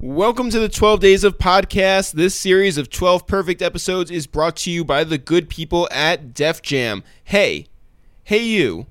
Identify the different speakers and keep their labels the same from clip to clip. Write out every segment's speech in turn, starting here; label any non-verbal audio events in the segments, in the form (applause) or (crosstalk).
Speaker 1: Welcome to the 12 Days of Podcast. This series of 12 perfect episodes is brought to you by the good people at Def Jam. Hey, hey, you.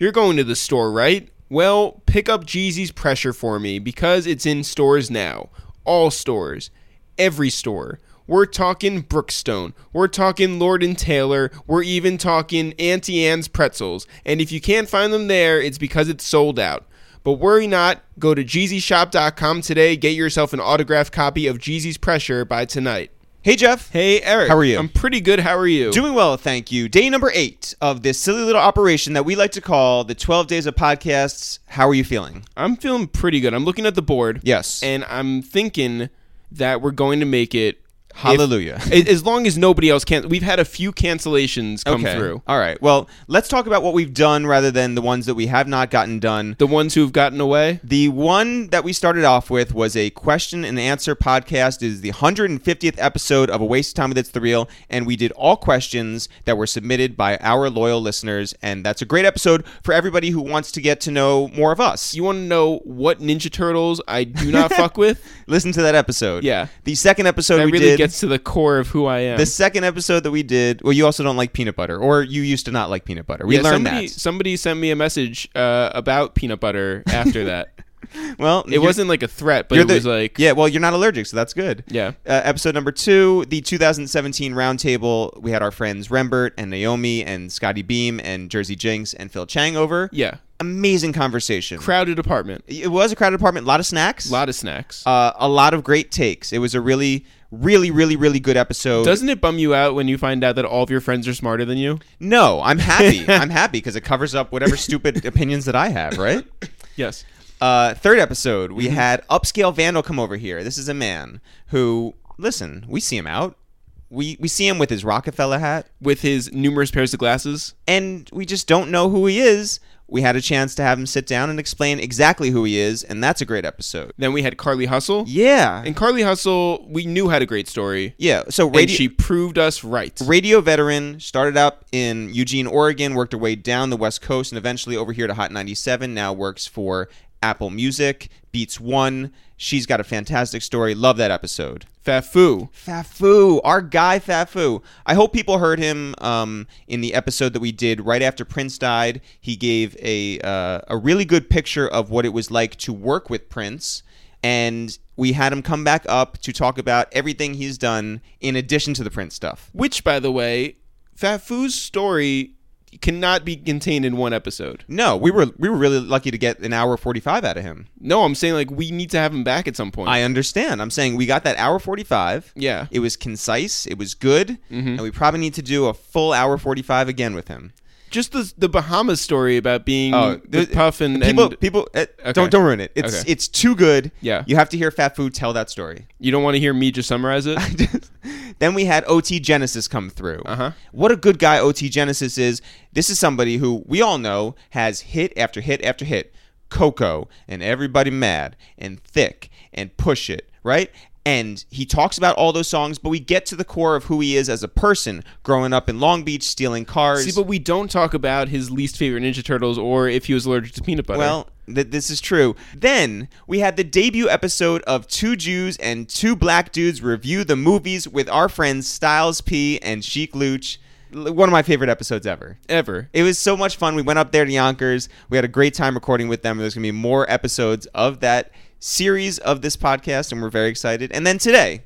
Speaker 1: You're going to the store, right? Well, pick up Jeezy's Pressure for me because it's in stores now. All stores. Every store. We're talking Brookstone. We're talking Lord and Taylor. We're even talking Auntie Anne's Pretzels. And if you can't find them there, it's because it's sold out. But worry not, go to JeezyShop.com today. Get yourself an autographed copy of Jeezy's Pressure by tonight.
Speaker 2: Hey, Jeff.
Speaker 1: Hey, Eric.
Speaker 2: How are you?
Speaker 1: I'm pretty good. How are you?
Speaker 2: Doing well, thank you. Day number eight of this silly little operation that we like to call the 12 Days of Podcasts. How are you feeling?
Speaker 1: I'm feeling pretty good. I'm looking at the board.
Speaker 2: Yes.
Speaker 1: And I'm thinking that we're going to make it. if-
Speaker 2: (laughs) Hallelujah.
Speaker 1: a- as long as nobody else can. We've had a few cancellations come through.
Speaker 2: All right. Well, let's talk about what we've done rather than the ones that we have not gotten done.
Speaker 1: The ones who've gotten away.
Speaker 2: The one that we started off with was a question and answer podcast. It is the 150th episode of A Waste of Time with It's the Real, and we did all questions that were submitted by our loyal listeners, and that's a great episode for everybody who wants to get to know more of us.
Speaker 1: You want to know what Ninja Turtles I do
Speaker 2: (laughs)
Speaker 1: not fuck with?
Speaker 2: Listen to that episode.
Speaker 1: Yeah.
Speaker 2: The second episode
Speaker 1: That
Speaker 2: we
Speaker 1: really
Speaker 2: did.
Speaker 1: gets to the core of who I am.
Speaker 2: the second episode that we did. Well, you also don't like peanut butter, or you used to not like peanut butter. We
Speaker 1: Yeah,
Speaker 2: learned
Speaker 1: somebody,
Speaker 2: that.
Speaker 1: Somebody sent me a message uh, about peanut butter after
Speaker 2: (laughs)
Speaker 1: that.
Speaker 2: Well,
Speaker 1: it wasn't like a threat, but it was like
Speaker 2: yeah. Well, you're not allergic, so that's good.
Speaker 1: Yeah.
Speaker 2: Uh, episode number two, the 2017 roundtable. We had our friends Rembert and Naomi and Scotty Beam and Jersey Jinx and Phil Chang over.
Speaker 1: yeah,
Speaker 2: Amazing conversation.
Speaker 1: crowded apartment,
Speaker 2: it was a crowded apartment. A lot of snacks.
Speaker 1: lot of snacks.
Speaker 2: Uh, a lot of great takes. It was a really, really, really, really good episode.
Speaker 1: Doesn't it bum you out when you find out that all of your friends are smarter than you?
Speaker 2: No,
Speaker 1: (laughs)
Speaker 2: I'm happy. I'm happy because it covers up whatever stupid opinions that I have, right?
Speaker 1: Yes.
Speaker 2: Uh, third episode,
Speaker 1: Mm-hmm.
Speaker 2: we had Upscale Vandal come over here. This is a man who, listen, we see him out. We, we see him with his Rockefeller hat,
Speaker 1: With his numerous pairs of glasses,
Speaker 2: and we just don't know who he is. We had a chance to have him sit down and explain exactly who he is, and that's a great episode.
Speaker 1: then we had Carly Hustle.
Speaker 2: Yeah.
Speaker 1: And Carly Hustle, we knew had a great story,
Speaker 2: Yeah. So,
Speaker 1: and
Speaker 2: radio,
Speaker 1: she proved us right.
Speaker 2: radio veteran, started up in Eugene, Oregon, worked her way down the West Coast, and eventually over here to Hot 97. Now works for Apple Music, Beats One. She's got a fantastic story. Love that episode.
Speaker 1: Fafu.
Speaker 2: Fafu, our guy Fafu. I hope people heard him um, in the episode that we did right after Prince died. He gave a uh, a really good picture of what it was like to work with Prince, and we had him come back up to talk about everything he's done in addition to the Prince stuff.
Speaker 1: Which, by the way, Fafu's story cannot be contained in one episode.
Speaker 2: No, we were we were really lucky to get an hour forty five out of him.
Speaker 1: No, I'm saying like we need to have him back at some point.
Speaker 2: I understand. I'm saying we got that hour forty five.
Speaker 1: yeah.
Speaker 2: It was concise. It was good,
Speaker 1: Mm-hmm.
Speaker 2: and we probably need to do a full hour forty five again with him.
Speaker 1: Just the the Bahamas story about being
Speaker 2: Oh,
Speaker 1: with
Speaker 2: the-
Speaker 1: Puff and,
Speaker 2: people,
Speaker 1: and
Speaker 2: people, uh, don't don't ruin it. It's
Speaker 1: Okay.
Speaker 2: it's too good.
Speaker 1: Yeah.
Speaker 2: you have to hear Fat Food tell that story.
Speaker 1: you don't want to hear me just summarize
Speaker 2: (laughs)
Speaker 1: it.
Speaker 2: then we had OT Genesis come through.
Speaker 1: Uh-huh.
Speaker 2: What a good guy OT Genesis is. This is somebody who we all know has hit after hit after hit. Coco and everybody mad and thick and push it right. And he talks about all those songs, but we get to the core of who he is as a person, growing up in Long Beach, stealing cars.
Speaker 1: See, but we don't talk about his least favorite Ninja Turtles or if he was allergic to peanut butter.
Speaker 2: Well, th- this is true. Then we had the debut episode of Two Jews and Two Black Dudes Review the Movies with our friends Styles P and Chic Luch. L- One of my favorite episodes ever.
Speaker 1: ever.
Speaker 2: It was so much fun. We went up there to Yonkers. We had a great time recording with them. There's going to be more episodes of that series of this podcast, and we're very excited. And then today,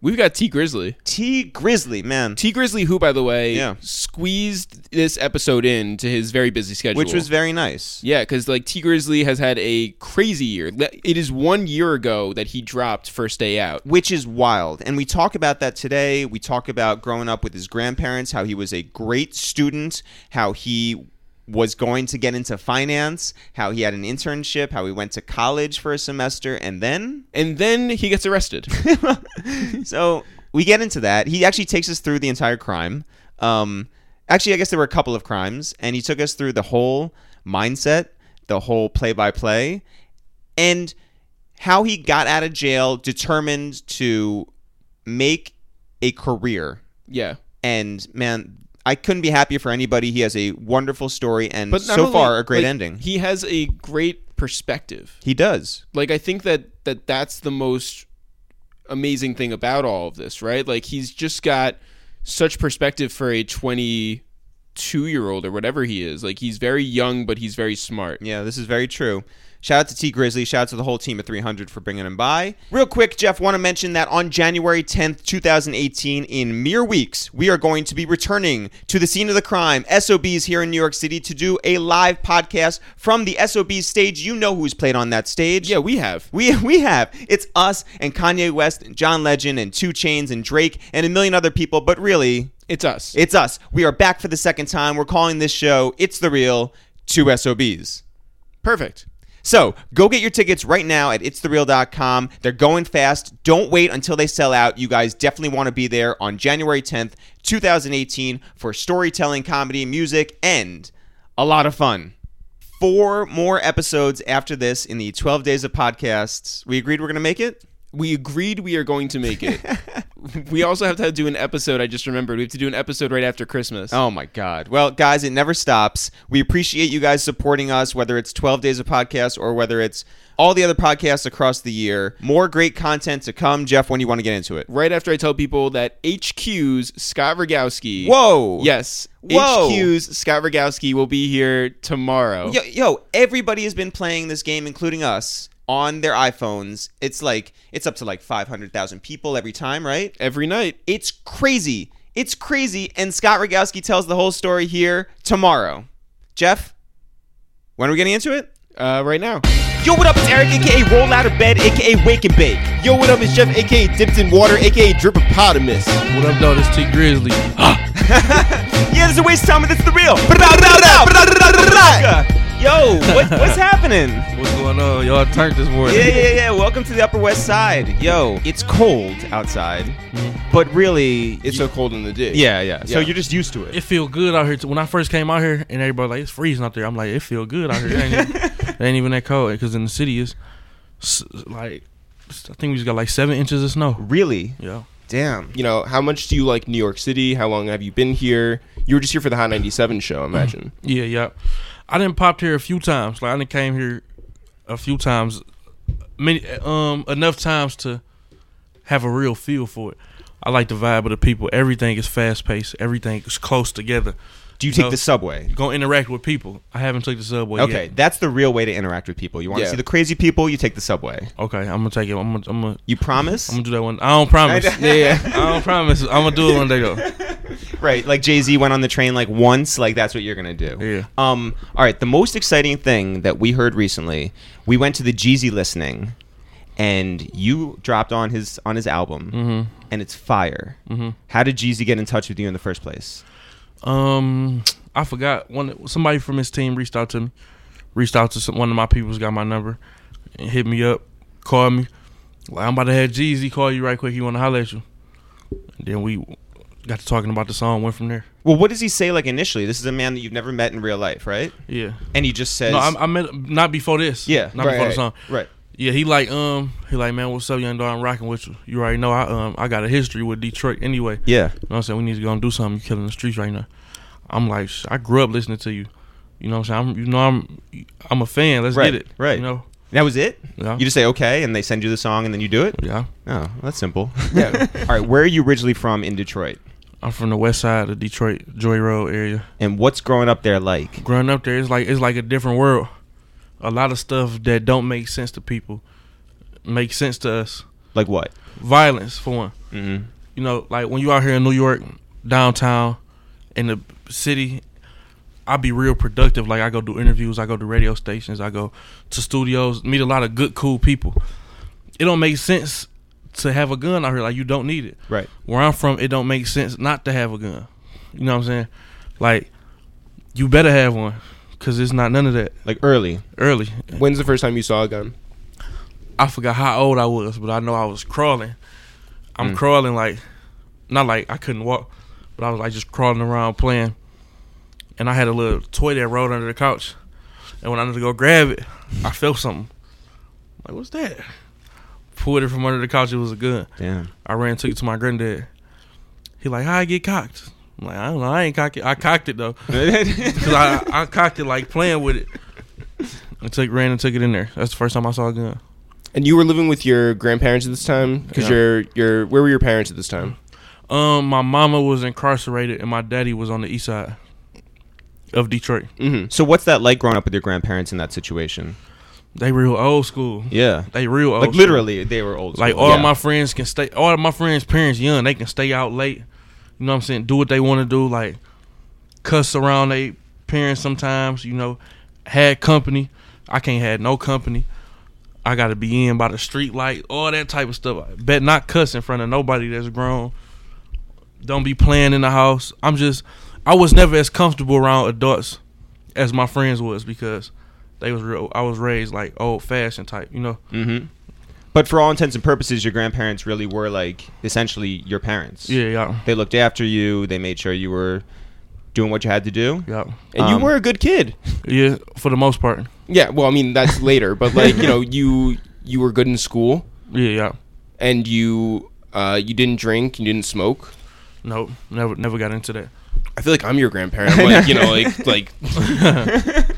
Speaker 1: We've got T Grizzly.
Speaker 2: T Grizzly, man,
Speaker 1: T Grizzly, who, by the way,
Speaker 2: Yeah.
Speaker 1: squeezed this episode in to his very busy schedule.
Speaker 2: which was very nice.
Speaker 1: Yeah, because like T Grizzly has had a crazy year. Le- It is one year ago that he dropped First Day Out.
Speaker 2: which is wild. And we talk about that today. We talk about growing up with his grandparents, how he was a great student, how he was going to get into finance, how he had an internship, how he went to college for a semester, and then.
Speaker 1: And then he gets
Speaker 2: (laughs)
Speaker 1: arrested.
Speaker 2: so we get into that. He actually takes us through the entire crime. Um, actually, I guess there were a couple of crimes, and he took us through the whole mindset, the whole play by play, and how he got out of jail, determined to make a career.
Speaker 1: yeah.
Speaker 2: And man, I couldn't be happier for anybody. He has a wonderful story, and
Speaker 1: But not
Speaker 2: so
Speaker 1: only-
Speaker 2: far, a great
Speaker 1: like,
Speaker 2: ending.
Speaker 1: He has a great perspective.
Speaker 2: He does.
Speaker 1: Like I think that that that's the most amazing thing about all of this, right? Like he's just got such perspective for a 22 year old or whatever he is. Like he's very young, but he's very smart.
Speaker 2: Yeah, this is very true. Shout out to T Grizzly. Shout out to the whole team at 300 for bringing him by. Real quick, Jeff, want to mention that on January 10th, 2018, in mere weeks, we are going to be returning to the scene of the crime, SOBs here in New York City, to do a live podcast from the SOBs stage. You know who's played on that stage.
Speaker 1: Yeah, we have.
Speaker 2: We we have. It's us and Kanye West and John Legend and Two Chains and Drake and a million other people, but really,
Speaker 1: It's us.
Speaker 2: it's us. We are back for the second time. We're calling this show It's the Real Two SOBs.
Speaker 1: Perfect.
Speaker 2: So go get your tickets right now at itsthereal.com. They're going fast. Don't wait until they sell out. You guys definitely want to be there on January 10th, 2018 for storytelling, comedy, music, and a lot of fun. Four more episodes after this in the 12 days of podcasts. We agreed we're going to make it?
Speaker 1: We agreed we are going to make (laughs) it. we also have to do an episode. I just remembered. We have to do an episode right after Christmas.
Speaker 2: Oh my God. Well, guys, it never stops. We appreciate you guys supporting us, whether it's 12 Days of Podcast or whether it's all the other podcasts across the year. More great content to come. Jeff, when do you want to get into it?
Speaker 1: Right after I tell people that HQ's Scott Rogowski.
Speaker 2: Whoa.
Speaker 1: Yes.
Speaker 2: Whoa.
Speaker 1: HQ's Scott Rogowski will be here tomorrow.
Speaker 2: Yo, yo, everybody has been playing this game, including us, on their iPhones. It's like, it's up to like 500,000 people every time, right?
Speaker 1: Every night.
Speaker 2: It's crazy. It's crazy. And Scott Rogowski tells the whole story here tomorrow. Jeff, when are we getting into it?
Speaker 1: Uh, right now.
Speaker 2: Yo, what up? It's Eric, aka Roll Out of Bed, aka Wake and Bake.
Speaker 1: Yo, what up? It's Jeff, aka Dipped in Water, aka Dripopotamus.
Speaker 3: What up, though? This T Grizzly.
Speaker 2: Yeah, this is a waste of time, but it's the real. Yo, what, what's happening?
Speaker 3: What's going on? Y'all turned this morning.
Speaker 2: Yeah, yeah, yeah. Welcome to the Upper West Side. Yo, it's cold outside, but really,
Speaker 1: It's so cold in the day.
Speaker 2: yeah, yeah. So
Speaker 1: Yeah.
Speaker 2: you're just used to it.
Speaker 3: It feel good out here. too. When I first came out here, and everybody like it's freezing out there. I'm like, it feel good out here. It
Speaker 2: (laughs)
Speaker 3: ain't, even- it ain't even that cold because in the city is like I think we just got like seven inches of snow.
Speaker 2: Really?
Speaker 3: Yeah,
Speaker 2: Damn.
Speaker 1: You know, how much do you like New York City? How long have you been here? You were just here for the Hot 97 show, I imagine.
Speaker 3: yeah, yeah. I didn't popped here a few times. Like I didn't came here a few times, many um enough times to have a real feel for it. I like the vibe of the people. Everything is fast paced. Everything is close together.
Speaker 2: Do you take
Speaker 3: No.
Speaker 2: the subway?
Speaker 3: Gonna interact with people. I haven't took the subway yet.
Speaker 2: Okay, that's the real way to interact with people. You want to
Speaker 1: Yeah.
Speaker 2: see the crazy people? You take the subway.
Speaker 3: Okay, I'm gonna take it. I'm gonna, I'm gonna,
Speaker 2: You promise?
Speaker 3: I'm gonna do that one. I don't promise.
Speaker 2: (laughs) I-
Speaker 3: I, don't promise. I'm gonna do it one day though.
Speaker 2: Right, like Jay Z went on the train like once, like that's what you're gonna do.
Speaker 3: Yeah.
Speaker 2: Um. All right. The most exciting thing that we heard recently, we went to the Jeezy listening, and you dropped on his on his album,
Speaker 3: Mm-hmm.
Speaker 2: and it's fire. Mm-hmm. How did Jeezy get in touch with you in the first place?
Speaker 3: Um, I forgot one. Somebody from his team reached out to me. Reached out to some, one of my people's got my number, and hit me up, called me. Like I'm about to have Jeezy call you right quick. He want to holler at you. And then we got to talking about the song. Went from there.
Speaker 2: Well, what does he say like initially? This is a man that you've never met in real life, right?
Speaker 3: Yeah.
Speaker 2: And he just says,
Speaker 3: No, I, I met not before this.
Speaker 2: Yeah,
Speaker 3: not
Speaker 2: right,
Speaker 3: before
Speaker 2: right,
Speaker 3: the song.
Speaker 2: right.
Speaker 3: Yeah, he like um he like man, what's up, young dog? I'm rocking with you. You already know I um I got a history with Detroit anyway.
Speaker 2: Yeah.
Speaker 3: You know what I'm saying? We need to go and do something. You're killing the streets right now. I'm like, "Sh- I grew up listening to you. You know what I'm saying? I'm, you know, I'm I'm a fan. Let's
Speaker 2: Right,
Speaker 3: get it.
Speaker 2: right.
Speaker 3: You know?
Speaker 2: That was it.
Speaker 3: Yeah.
Speaker 2: You just say okay, and they send you the song, and then you do it.
Speaker 3: Yeah.
Speaker 2: Oh, that's simple. Yeah. (laughs) all right. Where are you originally from in Detroit?
Speaker 3: I'm from the west side of Detroit, Joy Road area.
Speaker 2: And what's growing up there like?
Speaker 3: Growing up there, it's like it's like a different world. A lot of stuff that don't make sense to people makes sense to us.
Speaker 2: Like what?
Speaker 3: Violence for one.
Speaker 2: Mm-hmm.
Speaker 3: you know, like when you out here in New York, downtown, in the city, I be real productive. Like I go do interviews, I go to radio stations, I go to studios, meet a lot of good, cool people. It don't make sense to have a gun out here. Like you don't need it.
Speaker 2: Right.
Speaker 3: Where I'm from, it don't make sense not to have a gun. You know what I'm saying? Like you better have one, cause it's not none of that
Speaker 2: Like early.
Speaker 3: early.
Speaker 1: When's the first time you saw a gun?
Speaker 3: I forgot how old I was, but I know I was crawling. I'm crawling like, not like I couldn't walk, but I was like just crawling around playing. And I had a little toy that rolled under the couch, and when I went to go grab it, I felt something. like, what's that? Pulled it from under the couch. It was a gun.
Speaker 2: Damn.
Speaker 3: I ran, took it to my granddad. He like, how I get cocked? I'm like, I don't know. I ain't cocked it. I cocked it though. Cause I, I cocked it like playing with it. I took ran and took it in there. That's the first time I saw a gun.
Speaker 1: And you were living with your grandparents at this time because
Speaker 3: Yeah.
Speaker 1: your your where were your parents at this time?
Speaker 3: Um, my mama was incarcerated and my daddy was on the east side of Detroit.
Speaker 1: Mm-hmm.
Speaker 2: So what's that like growing up with your grandparents in that situation?
Speaker 3: They real old school.
Speaker 2: Yeah.
Speaker 3: They real old.
Speaker 2: Like
Speaker 3: school.
Speaker 2: literally, they were old.
Speaker 3: Oh, Like
Speaker 2: school.
Speaker 3: all
Speaker 2: Yeah.
Speaker 3: my friends can stay. All my friends' parents young. They can stay out late. You know what I'm saying? Do what they want to do. Like cuss around they parents sometimes. You know, had company. I can't have no company. I gotta be in by the street light. All that type of stuff. I bet not cuss in front of nobody that's grown. Don't be playing in the house. I'm just. I was never as comfortable around adults as my friends was because they was real. I was raised like old fashioned type. You know.
Speaker 2: Mm-hmm. But for all intents and purposes, your grandparents really were like essentially your parents.
Speaker 3: Yeah. Yeah.
Speaker 2: They looked after you. They made sure you were doing what you had to do.
Speaker 3: Yeah.
Speaker 1: And
Speaker 2: Um,
Speaker 1: you were a good kid.
Speaker 3: Yeah, for the most part.
Speaker 1: Yeah, well, I mean that's (laughs) later, but like you know, you you were good in school
Speaker 3: Yeah, yeah.
Speaker 1: and you uh, you didn't drink, you didn't smoke.
Speaker 3: Nope, never, never got into that.
Speaker 1: (laughs) I feel like I'm your grandparent. I'm like you know, like (laughs) like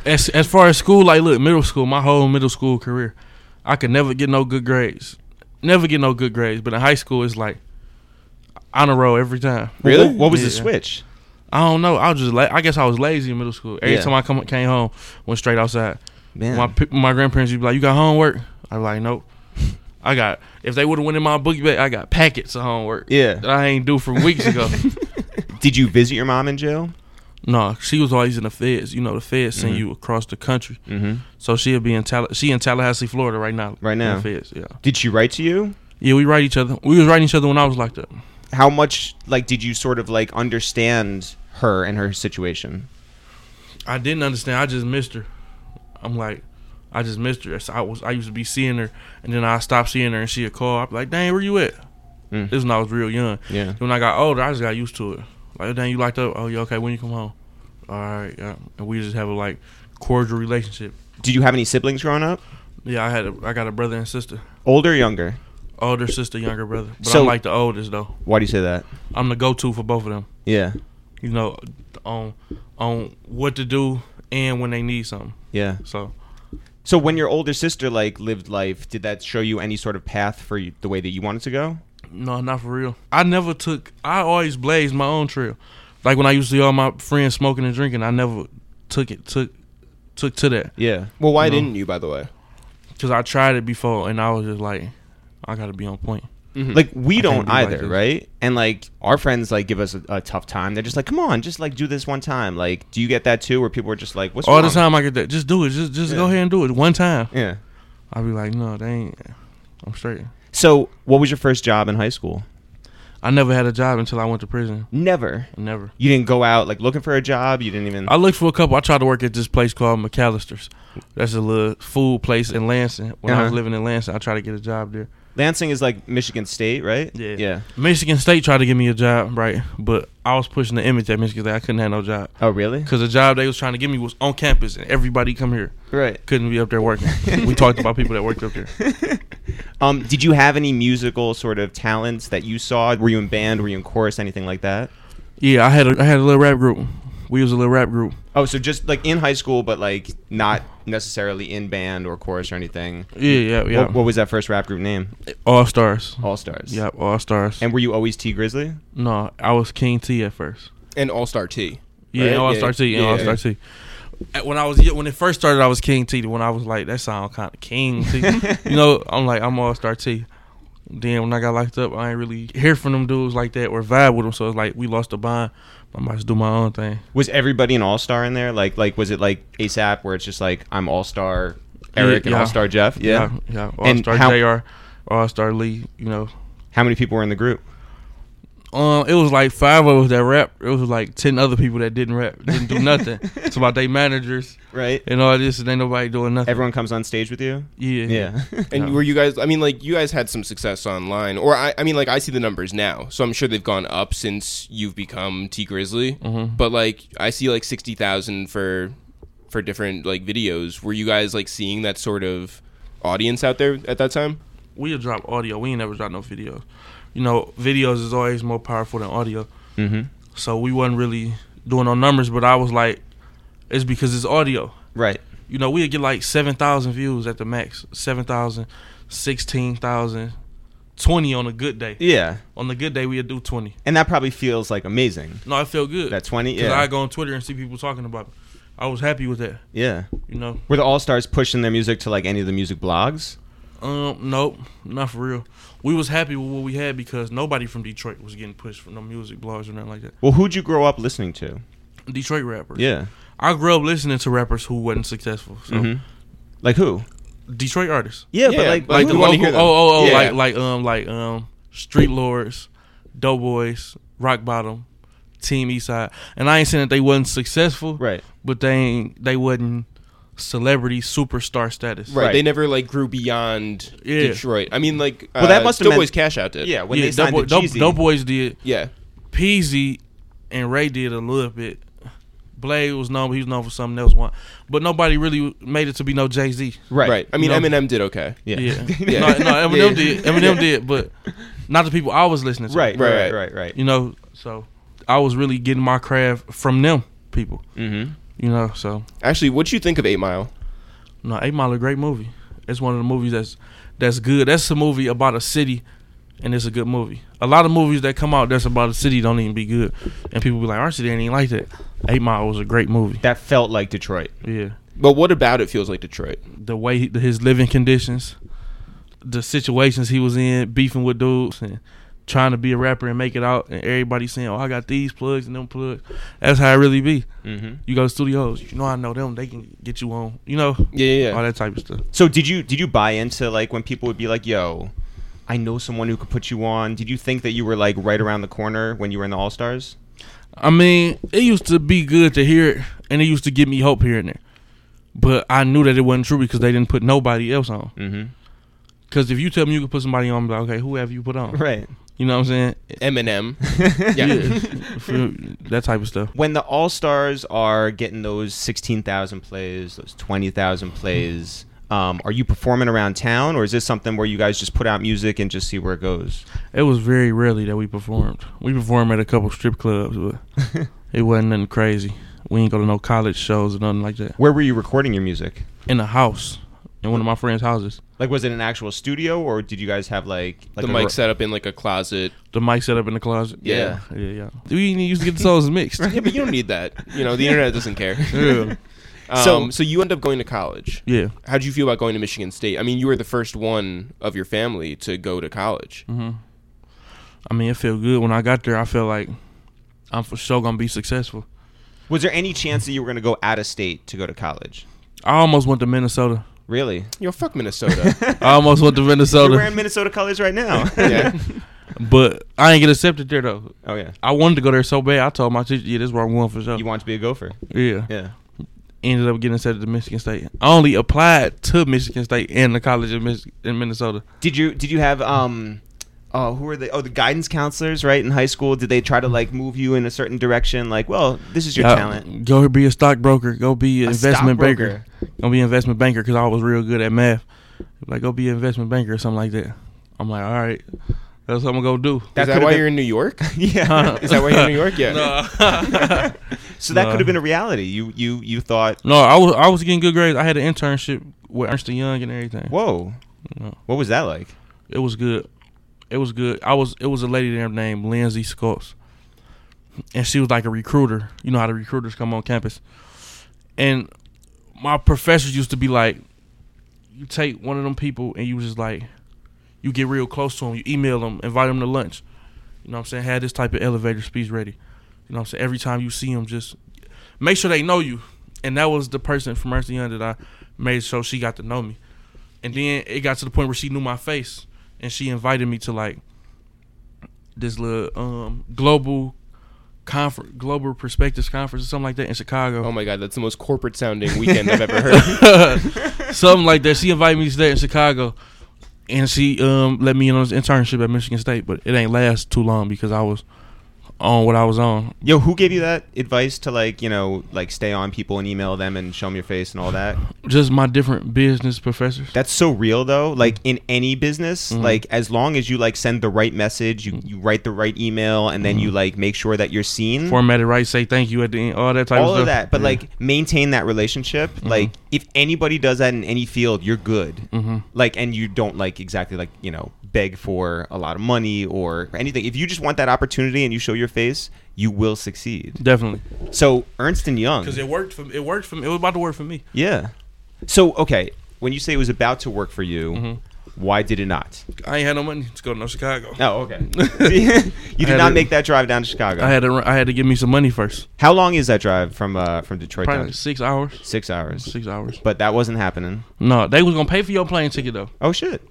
Speaker 3: As as far as school, like, look, middle school, my whole middle school career, I could never get no good grades, never get no good grades. But in high school, it's like on a roll every time.
Speaker 1: Really?
Speaker 2: What, what was the
Speaker 3: Yeah.
Speaker 2: switch?
Speaker 3: I don't know. I was just, la- I guess, I was lazy in middle school. Every
Speaker 2: Yeah.
Speaker 3: time I come came home, went straight outside.
Speaker 2: Man.
Speaker 3: My pe- my grandparents would be like, "You got homework?" I'm like, "Nope." I got. If they would have went in my book bag, I got packets of homework
Speaker 2: yeah.
Speaker 3: that I ain't do from
Speaker 2: (laughs)
Speaker 3: weeks ago.
Speaker 2: Did you visit your mom in jail?
Speaker 3: no, she was always in the feds. You know, the feds send
Speaker 2: Mhm.
Speaker 3: you across the country.
Speaker 2: Mm-hmm.
Speaker 3: So she'll be in Tall- she in Tallahassee, Florida right now.
Speaker 2: Right
Speaker 3: in
Speaker 2: now.
Speaker 3: the feds, yeah.
Speaker 2: Did she write to you?
Speaker 3: Yeah, we write each other. We was writing each other when I was locked up.
Speaker 2: How much like did you sort of like understand her and her situation?
Speaker 3: I didn't understand. I just missed her. I'm like, I just missed her. So I was I used to be seeing her, and then I stopped seeing her, and she'd call. I'd be like, dang, where you at?
Speaker 2: Mm.
Speaker 3: This is when I was real young.
Speaker 2: Yeah.
Speaker 3: When I got older, I just got used to it. Like, dang, you locked up? Oh, yeah, okay. When you come home? All right, yeah. And we just have a like cordial relationship.
Speaker 2: Did you have any siblings growing up?
Speaker 3: Yeah, I had a, I got a brother and sister,
Speaker 2: Older or younger?
Speaker 3: older sister, younger brother. But
Speaker 2: So-
Speaker 3: I'm like the oldest though.
Speaker 2: Why do you say that?
Speaker 3: I'm the go-to for both of them.
Speaker 2: Yeah.
Speaker 3: you know, on on what to do and when they need something.
Speaker 2: Yeah.
Speaker 3: So
Speaker 2: So when your older sister like lived life, did that show you any sort of path for you, the way that you wanted to go?
Speaker 3: no, not for real. I never took. I always blazed my own trail. Like when I used to see all my friends smoking and drinking, I never took it took took to that
Speaker 2: Yeah.
Speaker 1: well, why
Speaker 3: No.
Speaker 1: didn't you? By the way,
Speaker 3: because I tried it before and I was just like, I gotta be on point.
Speaker 2: Hmm. Like we
Speaker 3: I
Speaker 2: don't
Speaker 3: can't do like
Speaker 2: either,
Speaker 3: this.
Speaker 2: right? And like our friends like give us a, a tough time. They're just like, "Come on, just like do this one time." Like, do you get that too where people are just like, "What's
Speaker 3: all
Speaker 2: wrong?"
Speaker 3: the time I get that. Just do it. Just just go
Speaker 2: Yeah.
Speaker 3: ahead and do it one time.
Speaker 2: Yeah.
Speaker 3: I'd be like, no, they ain't. I'm straight.
Speaker 2: So, what was your first job in high school?
Speaker 3: I never had a job until I went to prison.
Speaker 2: Never. Uh,
Speaker 3: Never.
Speaker 2: You didn't go out like looking for a job. You didn't even.
Speaker 3: I looked for a couple. I tried to work at this place called McAllister's. That's a little food place in Lansing. When I was
Speaker 2: Uh-huh.
Speaker 3: living in Lansing, I tried to get a job there.
Speaker 2: Lansing is like Michigan State, right?
Speaker 3: Yeah.
Speaker 2: Yeah.
Speaker 3: Michigan State tried to give me a job, right? But I was pushing the image at Michigan State. I couldn't have no job
Speaker 2: Oh, really?
Speaker 3: because the job they was trying to give me was on campus, and everybody come here
Speaker 2: Right.
Speaker 3: couldn't be up there
Speaker 2: (laughs)
Speaker 3: working. we talked about people that worked up there.
Speaker 2: Um, did you have any musical sort of talents that you saw? Were you in band? Were you in chorus? Anything like that?
Speaker 3: Yeah, I had a, I had a little rap group. We was a little rap group.
Speaker 2: Oh, so just like in high school, but like not necessarily in band or chorus or anything.
Speaker 3: Yeah, yeah, Oh, yeah.
Speaker 2: What, what was that first rap group name?
Speaker 3: All stars.
Speaker 2: All Stars.
Speaker 3: Yeah, all stars.
Speaker 2: And were you always T Grizzly?
Speaker 3: no, I was King T at first.
Speaker 1: and All Star T.
Speaker 3: Yeah,
Speaker 1: right?
Speaker 3: All Star
Speaker 1: Yeah.
Speaker 3: T, and
Speaker 1: Yeah.
Speaker 3: All Star T. At- When I was y- when it first started, I was King T. When I was like, that sound kind of King T. you know, I'm like, I'm All Star T. Then when I got locked up, I ain't really hear from them dudes like that or vibe with them. So it's like we lost the bond. I'm about to do my own thing.
Speaker 2: Was everybody an All Star in there? Like, like was it like ASAP where it's just like I'm All Star Eric and
Speaker 3: yeah.
Speaker 2: All Star Jeff?
Speaker 3: yeah. All
Speaker 2: And
Speaker 3: Star
Speaker 2: how-
Speaker 3: Jr. All Star Lee. You know,
Speaker 2: How many people were in the group?
Speaker 3: um, it was like five of us that rap. It was like ten other people that didn't rap, didn't do nothing. it's about they managers
Speaker 2: Right.
Speaker 3: and all this, and ain't nobody doing nothing.
Speaker 2: Everyone comes on stage with you.
Speaker 3: yeah,
Speaker 2: Yeah. (laughs)
Speaker 1: And
Speaker 3: No.
Speaker 1: were you guys? I mean, like you guys had some success online, or I, I mean, like I see the numbers now, so I'm sure they've gone up since you've become T Grizzly.
Speaker 2: Mm-hmm.
Speaker 1: But like I see like sixty thousand for for different like videos. Were you guys like seeing that sort of audience out there at that time?
Speaker 3: we'll drop audio. We ain't never dropped no videos. You know, videos is always more powerful than audio.
Speaker 2: mm-hmm.
Speaker 3: So we wasn't really doing no numbers, but I was like, it's because it's audio.
Speaker 2: Right.
Speaker 3: You know, we'd get like seven thousand views at the max, seven thousand, sixteen thousand, twenty on a good day.
Speaker 2: Yeah,
Speaker 3: On the good day, we'd do twenty.
Speaker 2: and that probably feels like amazing.
Speaker 3: No, I felt good.
Speaker 2: That twenty,
Speaker 3: Cause
Speaker 2: yeah,
Speaker 3: I go on Twitter and see people talking about. It. I was happy with that.
Speaker 2: yeah.
Speaker 3: You know.
Speaker 2: Were the All Stars pushing their music to like any of the music blogs?
Speaker 3: Um. Nope. Not for real. We was happy with what we had because nobody from Detroit was getting pushed from no music blogs or nothing like that.
Speaker 2: Well, who'd you grow up listening to?
Speaker 3: Detroit rappers.
Speaker 2: Yeah,
Speaker 3: I grew up listening to rappers who wasn't successful. So
Speaker 2: Mhm. like who?
Speaker 3: Detroit artists.
Speaker 2: Yeah,
Speaker 1: Yeah,
Speaker 3: Like
Speaker 1: Who wanna
Speaker 3: the local,
Speaker 1: hear
Speaker 3: oh
Speaker 1: them?
Speaker 3: oh oh
Speaker 1: Yeah.
Speaker 3: like like um like um Street Lords, Doughboys, Rock Bottom, Team Eastside. And I ain't saying that they wasn't successful,
Speaker 2: right.
Speaker 3: but they ain't they wasn't celebrity superstar status.
Speaker 1: Right.
Speaker 2: Right.
Speaker 1: They never like grew beyond
Speaker 3: Yeah.
Speaker 1: Detroit. I mean, like uh,
Speaker 2: Well, that must've
Speaker 1: Doughboys
Speaker 2: meant-
Speaker 1: Cash Out did.
Speaker 2: Yeah, when
Speaker 3: yeah,
Speaker 2: they signed
Speaker 3: Doughboy,
Speaker 2: to Jeezy.
Speaker 3: Doughboys did.
Speaker 1: yeah.
Speaker 3: Peasy and Ray did a little bit. Blade was known, but he was known for something else. One, but nobody really made it to be no Jay Z.
Speaker 1: Right.
Speaker 2: right,
Speaker 1: I mean,
Speaker 3: No.
Speaker 1: Eminem did okay. (laughs)
Speaker 2: yeah,
Speaker 3: Yeah.
Speaker 2: (laughs)
Speaker 1: Yeah.
Speaker 3: No, no, Eminem
Speaker 1: Yeah.
Speaker 3: did. Eminem did, but not the people I was listening to.
Speaker 2: right, right,
Speaker 1: Right.
Speaker 2: right, right, right.
Speaker 3: You know, so I was really getting my craft from them people.
Speaker 2: Mm-hmm.
Speaker 3: You know, so
Speaker 1: Actually, what you think of Eight Mile?
Speaker 3: no, Eight Mile a great movie. It's one of the movies that's that's good. That's a movie about a city, and it's a good movie. A lot of movies that come out that's about a city don't even be good, and people be like, "Our city ain't even like that." Eight Mile was a great movie.
Speaker 2: That felt like Detroit.
Speaker 3: Yeah,
Speaker 1: But what about it feels like Detroit?
Speaker 3: the way he, his living conditions, the situations he was in, beefing with dudes and trying to be a rapper and make it out, and everybody saying, "Oh, I got these plugs and them plugs." That's how it really be.
Speaker 2: Mm-hmm.
Speaker 3: You go to studios, you know, I know them. They can get you on, you know,
Speaker 1: Yeah, yeah. yeah.
Speaker 3: all that type of stuff.
Speaker 2: So did you did you buy into like when people would be like, "Yo, I know someone who could put you on"? Did you think that you were like right around the corner when you were in the All Stars?
Speaker 3: I mean, it used to be good to hear it, and it used to give me hope here and there. But I knew that it wasn't true because they didn't put nobody else on.
Speaker 2: Mm-hmm.
Speaker 3: Because if you tell me you can put somebody on, I'm like, okay, who have you put on?
Speaker 2: Right.
Speaker 3: You know what I'm saying?
Speaker 2: (laughs)
Speaker 1: Eminem.
Speaker 3: Yeah.
Speaker 1: Yeah.
Speaker 3: Feel- that type of stuff.
Speaker 2: when the All Stars are getting those sixteen thousand plays, those twenty thousand
Speaker 1: Mm-hmm.
Speaker 2: plays. Um, are you performing around town, or is this something where you guys just put out music and just see where it goes?
Speaker 3: It was very rarely that we performed. We performed at a couple strip clubs, but
Speaker 2: (laughs)
Speaker 3: it wasn't nothing crazy. We ain't go to no college shows or nothing like that.
Speaker 2: Where were you recording your music?
Speaker 3: In a house, in one of my friends' houses.
Speaker 2: Like, was it an actual studio, or did you guys have like, like
Speaker 1: the
Speaker 2: a-
Speaker 1: mic set up in like a
Speaker 2: (laughs)
Speaker 1: closet.
Speaker 3: The mic set up in the closet.
Speaker 1: Yeah.
Speaker 3: Yeah, yeah. We didn't used to get the
Speaker 2: (laughs)
Speaker 3: songs mixed.
Speaker 1: Yeah, but you don't need that. You know, the internet doesn't care.
Speaker 3: yeah.
Speaker 1: Um, so,
Speaker 2: So-
Speaker 1: so you end up going to college.
Speaker 3: Yeah.
Speaker 1: How'd you feel about going to Michigan State? I mean, you were the first one of your family to go to college.
Speaker 2: Mm-hmm.
Speaker 3: hmm I mean, it felt good when I got there. I felt like I'm for sure gonna be successful.
Speaker 2: Was there any chance that you were going to go out of state to go to college?
Speaker 3: I almost went to Minnesota.
Speaker 2: Really?
Speaker 1: Yo, fuck
Speaker 2: (laughs)
Speaker 1: Minnesota.
Speaker 3: I almost went to
Speaker 2: You're wearing
Speaker 3: Minnesota,
Speaker 2: Minnesota colors right now.
Speaker 1: (laughs) yeah.
Speaker 3: but I ain't get accepted there though.
Speaker 2: (laughs) Oh yeah.
Speaker 3: I wanted to go there so bad. I told my teacher, "Yeah, this is where I'm going for sure."
Speaker 2: You want to be a gopher?
Speaker 3: yeah.
Speaker 2: Yeah.
Speaker 3: ended up getting accepted to Michigan State. I only applied to Michigan State and the college in, Mich- in Minnesota.
Speaker 2: Did you Did you have um, oh who are they? Oh, the guidance counselors, right? In high school, did they try to like move you in a certain direction? Like, well, this is your
Speaker 3: Yeah,
Speaker 2: talent. (laughs)
Speaker 3: Go be a stockbroker. Go be an
Speaker 2: A
Speaker 3: investment banker.
Speaker 2: stockbroker.
Speaker 3: Go be an investment banker because I was real good at math. Like, go be an investment banker or something like that. I'm like, all right, that's what I'm going to do.
Speaker 1: Is that
Speaker 2: could've
Speaker 1: why
Speaker 2: been- Uh-huh.
Speaker 1: you're in New
Speaker 2: (laughs)
Speaker 1: York?
Speaker 2: yeah.
Speaker 1: Is that why you're in New
Speaker 2: (laughs)
Speaker 1: York? Yeah.
Speaker 3: No.
Speaker 2: so that
Speaker 3: No.
Speaker 2: could have been a reality. You you you thought,
Speaker 3: no, I was I was getting good grades. I had an internship with Ernst and Young and everything.
Speaker 2: whoa,
Speaker 3: No.
Speaker 2: what was that like?
Speaker 3: It was good. It was good. I was it was a lady there named Lindsay Scotts. And she was like a recruiter. You know how the recruiters come on campus. And my professors used to be like, you take one of them people and you just like you get real close to them, you email them, invite them to lunch. You know what I'm saying? Have this type of elevator speech ready. You know what I'm saying? Every time you see them, just make sure they know you. And that was the person from Ernst Young that I made sure she got to know me. And then it got to the point where she knew my face and she invited me to like this little um global conference global perspectives conference or something like that in Chicago.
Speaker 1: Oh my God, that's the most corporate sounding weekend I've ever heard.
Speaker 2: (laughs)
Speaker 3: something like that. She invited me to stay in Chicago, and she um let me in on this internship at Michigan State, but it ain't last too long because I was on what I was on.
Speaker 2: Yo, who gave you that advice to like, you know, like stay on people and email them and show them your face and all that?
Speaker 3: Just my different business professors.
Speaker 2: That's so real though.
Speaker 3: Mm.
Speaker 2: Like in any business,
Speaker 3: Mm-hmm.
Speaker 2: like as long as you like send the right message, you,
Speaker 3: Mm.
Speaker 2: you write the right email and then you
Speaker 3: Mm-hmm.
Speaker 2: like make sure that you're seen.
Speaker 3: Format it right, say thank you at the Mm-hmm. end, all that type of
Speaker 2: all
Speaker 3: stuff.
Speaker 2: of that, but like maintain that relationship. Like if anybody does that in any field, you're good.
Speaker 3: Mm-hmm.
Speaker 2: Like and you don't like exactly like, you know, beg for a lot of money or anything. If you just want that opportunity and you show your face, you will succeed.
Speaker 3: Definitely.
Speaker 2: So Ernst and Young
Speaker 3: Because it worked for it worked for me. It was about to work for me.
Speaker 2: Yeah. So okay, when you say it was about to work for you,
Speaker 3: Mm-hmm.
Speaker 2: why did it not?
Speaker 3: I ain't had no money to go to no Chicago.
Speaker 2: Oh,
Speaker 3: (laughs)
Speaker 2: okay. (laughs) you
Speaker 3: had
Speaker 2: did not
Speaker 3: to-
Speaker 2: make that drive down to Chicago.
Speaker 3: I had to run- I had to give me some money first.
Speaker 2: How long is that drive from uh from Detroit
Speaker 3: Probably
Speaker 2: down?
Speaker 3: like
Speaker 2: To,
Speaker 3: six hours.
Speaker 2: six hours.
Speaker 3: Six hours.
Speaker 2: But that wasn't happening.
Speaker 3: No, they was gonna pay for your plane ticket though.
Speaker 2: Oh shit.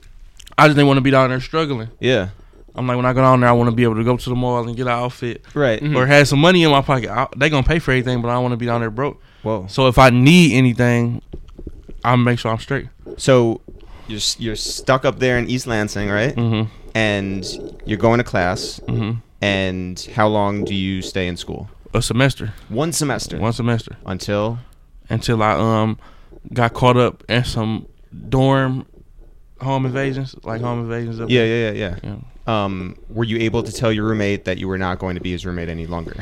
Speaker 3: I just didn't want to be down there struggling.
Speaker 2: Yeah.
Speaker 3: I'm like, when I go down there, I want to be able to go to the mall and get an outfit
Speaker 2: Right.
Speaker 3: or have some money in my pocket. I, they gonna pay for everything, but I don't want to be down there broke.
Speaker 2: Whoa.
Speaker 3: So if I need anything, I'll make sure I'm straight.
Speaker 2: So you're s- you're stuck up there in East Lansing, right?
Speaker 3: Mhm.
Speaker 2: And you're going to class.
Speaker 3: Mhm.
Speaker 2: And how long do you stay in school?
Speaker 3: A semester,
Speaker 2: One semester.
Speaker 3: one semester,
Speaker 2: Until
Speaker 3: until I um got caught up in some dorm home invasions, like home invasions. Up
Speaker 2: yeah, yeah, yeah, yeah.
Speaker 3: yeah.
Speaker 2: Um, were you able to tell your roommate that you were not going to be his roommate any longer?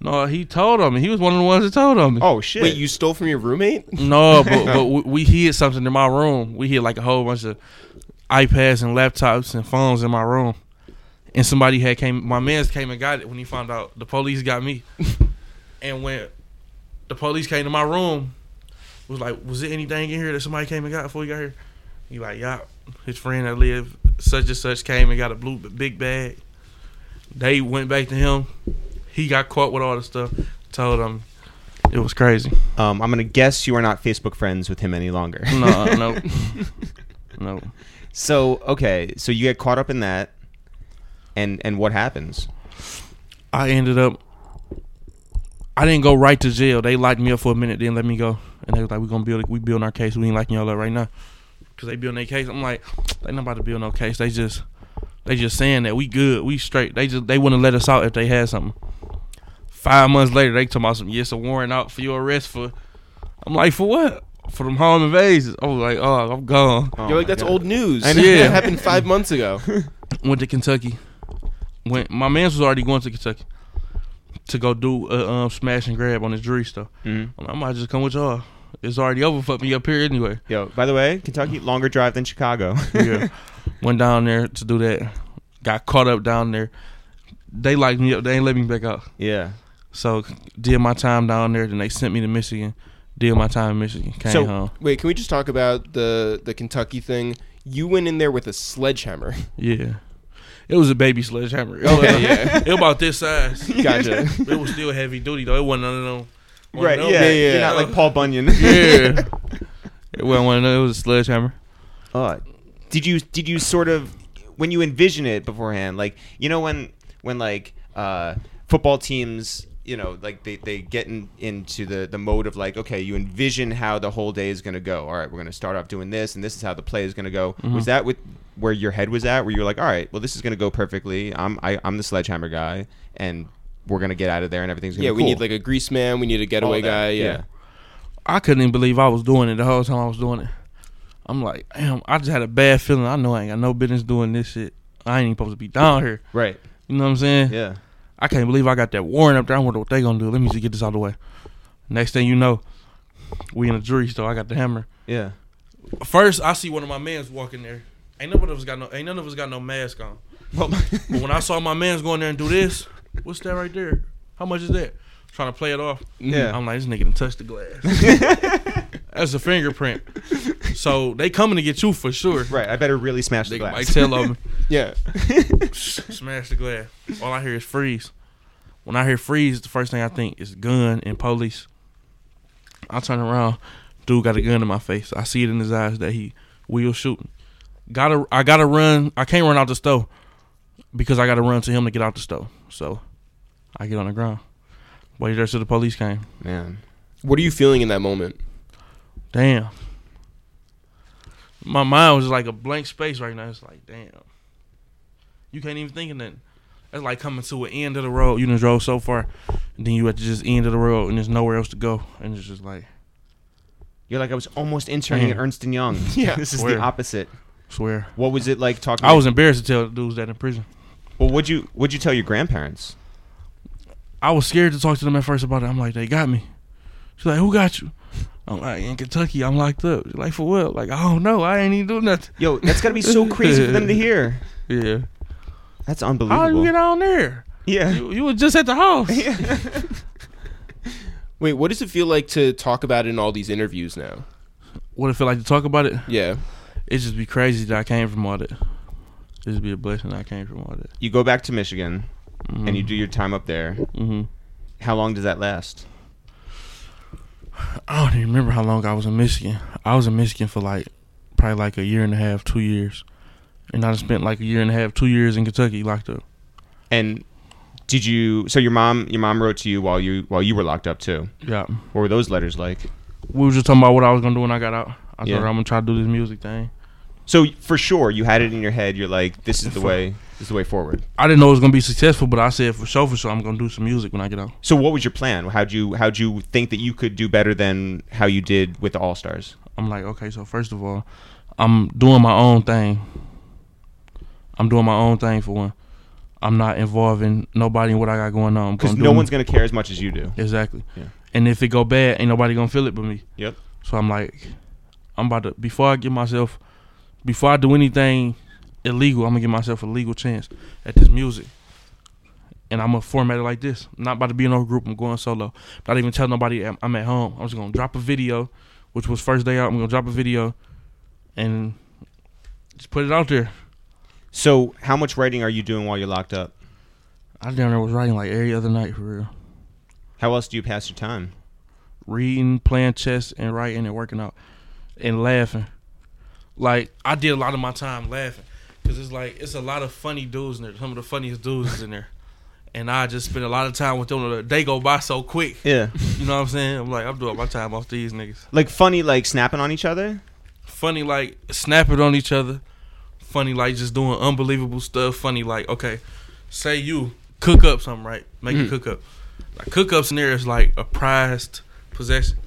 Speaker 3: No, he told on me. He was one of the ones that told on me.
Speaker 2: oh shit!
Speaker 1: Wait, you stole from your roommate?
Speaker 3: (laughs) No, but but we, we hid something in my room. We hid like a whole bunch of iPads and laptops and phones in my room. And somebody had came. My man's came and got it when he found out the police got me. and when the police came to my room, was like, "Was there anything in here that somebody came and got before you got here?" He like, "Yeah." His friend that lived such and such came and got a blue big bag. They went back to him. He got caught with all the stuff. Told him it was crazy.
Speaker 2: um, I'm gonna guess you are not Facebook friends with him any longer.
Speaker 3: No, no, no.
Speaker 2: (laughs) So okay, so you get caught up in that, and and what happens?
Speaker 3: I ended up. I didn't go right to jail. They locked me up for a minute, then let me go. And they was like, "We gonna build. We building our case. We ain't locking y'all up right now, cause they building their case." I'm like, "They not about to build no case. They just, they just saying that we good. We straight. They just they wouldn't let us out if they had something." Five months later, they talking about some. Yes, a warrant out for your arrest for. I'm like, for what? For them home invasions. I was like, oh, I'm gone.
Speaker 2: Oh
Speaker 1: You're like,
Speaker 2: my
Speaker 1: that's
Speaker 2: God.
Speaker 1: old news.
Speaker 3: I
Speaker 1: (laughs)
Speaker 3: know.
Speaker 1: That happened five months
Speaker 2: (laughs)
Speaker 1: ago.
Speaker 3: went to Kentucky. Went my man's was already going to Kentucky to go do a um, smash and grab on his jury stuff.
Speaker 2: Mhm.
Speaker 3: I'm like, I might just come with y'all. It's already over. Fuck me up
Speaker 2: (laughs)
Speaker 3: here anyway.
Speaker 2: Yo, by the way, Kentucky longer drive than Chicago.
Speaker 3: Yeah, went down there to do that. Got caught up down there. They locked me up. They ain't let me back out.
Speaker 2: (laughs) yeah.
Speaker 3: So did my time down there. Then they sent me to Michigan. Did my time in Michigan. Came
Speaker 2: So-
Speaker 3: home.
Speaker 1: Wait, can we just talk about the the Kentucky thing? You went in there with a sledgehammer.
Speaker 3: Yeah, it was a baby sledgehammer.
Speaker 2: Oh,
Speaker 3: It
Speaker 1: Okay,
Speaker 3: was-
Speaker 1: yeah.
Speaker 3: (laughs) it was about this size.
Speaker 1: Gotcha.
Speaker 3: It was still heavy duty though. It wasn't none of them. one of
Speaker 2: Right.
Speaker 3: them
Speaker 2: Yeah,
Speaker 1: yeah,
Speaker 2: You're
Speaker 1: yeah.
Speaker 2: not like
Speaker 1: (laughs)
Speaker 2: Paul Bunyan. (laughs)
Speaker 3: yeah. It wasn't one of those. It was a sledgehammer.
Speaker 2: Uh, did you did you sort of when you envision it beforehand, like you know when when like uh, football teams, you know, like they, they get in, into the the mode of like, okay, you envision how the whole day is gonna go. All right, we're gonna start off doing this, and this is how the play is gonna go.
Speaker 1: Mm-hmm.
Speaker 2: Was that with where your head was at? Where you were like, all right, well, this is gonna go perfectly. I'm I, I'm the sledgehammer guy, and we're gonna get out of there, and everything's gonna
Speaker 1: yeah,
Speaker 2: be
Speaker 1: we
Speaker 2: cool.
Speaker 1: need like a grease man. We need a
Speaker 2: All
Speaker 1: getaway
Speaker 2: that.
Speaker 1: guy. Yeah.
Speaker 3: I couldn't even believe I was doing it the whole time I was doing it. I'm like, damn, I just had a bad feeling. I know I ain't got no business doing this shit. I ain't even supposed to be down here.
Speaker 2: right.
Speaker 3: You know what I'm saying?
Speaker 2: Yeah.
Speaker 3: I can't believe I got that warrant up there. I wonder what they gonna do. Let me just get this out of the way. Next thing you know, we in a jury store. I got the hammer.
Speaker 2: Yeah.
Speaker 3: First, I see one of my mans walking there. Ain't none of us got no. Ain't none of us got no mask on.
Speaker 2: Well,
Speaker 3: But when I saw my man's going there and do this, what's that right there? How much is that? Trying to play it off.
Speaker 2: Yeah.
Speaker 3: I'm like, this nigga done touched the glass.
Speaker 2: (laughs)
Speaker 3: That's a fingerprint. So they coming to get you for sure.
Speaker 2: right. I better really smash the
Speaker 3: Nigga,
Speaker 2: glass.
Speaker 3: Mike tell them,
Speaker 1: Yeah.
Speaker 3: (laughs) smash the glass. All I hear is freeze. When I hear freeze, the first thing I think is gun and police. I turn around, dude got a gun in my face. I see it in his eyes that he will shoot. Gotta, I gotta run. I can't run out the stove because I gotta run to him to get out the stove. So I get on the ground. Wait there till the police came.
Speaker 2: Man.
Speaker 1: What are you feeling in that moment?
Speaker 3: Damn. My mind was like a blank space right now. It's like, damn. You can't even think of nothing. That's That's like coming to an end of the road. You done drove so far, and then you at just end of the road, and there's nowhere else to go, and it's just like
Speaker 2: You're like I was almost interning at
Speaker 3: Mhm.
Speaker 2: Ernst and
Speaker 3: (laughs)
Speaker 2: Young.
Speaker 1: Yeah.
Speaker 2: this is the
Speaker 3: Word.
Speaker 2: opposite.
Speaker 3: swear.
Speaker 2: What was it like talking?
Speaker 3: I was embarrassed to tell the dudes that in prison.
Speaker 2: Well, would you would you tell your grandparents?
Speaker 3: I was scared to talk to them at first about it. I'm like, they got me. She's like, who got you? I'm like, in Kentucky, I'm locked up. She's like, for what? Like, I don't know. I ain't even do nothing.
Speaker 2: Yo, that's gotta be so crazy for them to hear.
Speaker 3: Yeah.
Speaker 2: That's
Speaker 3: How you
Speaker 2: unbelievable.
Speaker 3: get on there?
Speaker 2: yeah. (laughs)
Speaker 3: You, you were just at the house.
Speaker 1: Wait, what does it feel like to talk about it in all these interviews now?
Speaker 3: What it feel like to talk about it?
Speaker 1: Yeah.
Speaker 3: It just be crazy that I came from all that. It just be a blessing I came from all that.
Speaker 2: You go back to Michigan
Speaker 3: Mhm.
Speaker 2: and you do your time up there.
Speaker 3: Mhm.
Speaker 2: How long does that last?
Speaker 3: I don't even remember how long I was in Michigan. I was in Michigan for like probably like a year and a half, two years, and I done spent like a year and a half, two years in Kentucky locked up.
Speaker 2: And did you? So your mom your mom wrote to you while you while you were locked up too.
Speaker 3: Yeah.
Speaker 2: What were those letters like?
Speaker 3: we were just talking about what I was gonna do when I got out. I
Speaker 2: Yeah.
Speaker 3: thought I'm gonna try to do this music thing.
Speaker 2: So for sure, you had it in your head. You're like, this is the way. This is the way forward.
Speaker 3: I didn't know it was gonna be successful, but I said for sure, for sure, I'm gonna do some music when I get out.
Speaker 2: So what was your plan? How'd you how'd you think that you could do better than how you did with the All Stars?
Speaker 3: I'm like, okay, so first of all, I'm doing my own thing. I'm doing my own thing for one. I'm not involving nobody in what I got going on. I'm
Speaker 2: Because
Speaker 3: gonna
Speaker 2: no
Speaker 3: do-
Speaker 2: one's gonna care as much as you do.
Speaker 3: exactly.
Speaker 2: Yeah.
Speaker 3: And if it go bad, ain't nobody gonna feel it but me.
Speaker 2: Yep.
Speaker 3: So I'm like, I'm about to before I get myself, before I do anything illegal, I'm gonna give myself a legal chance at this music. And I'm gonna format it like this. I'm not about to be in no group. I'm going solo. Not even tell nobody I'm I'm at home. I'm just gonna drop a video, which was first day out. I'm gonna drop a video, and just put it out there.
Speaker 2: So how much writing are you doing while you're locked up?
Speaker 3: I down there was writing like every other night for real.
Speaker 2: How else do you pass your time?
Speaker 3: reading, playing chess, and writing and working out and laughing. Like I did a lot of my time laughing because it's like it's a lot of funny dudes in there. Some of the funniest dudes is in there, and I just spend a lot of time with them. They go by so quick.
Speaker 2: Yeah.
Speaker 3: You know what I'm saying? I'm like I'm doing my time off these niggas.
Speaker 2: (laughs) Like funny, like snapping on each other.
Speaker 3: Funny like snapping on each other. Funny like just doing unbelievable stuff. Funny like okay, say you cook up something right, make a cook up. Like cook ups in there is like a prized possession.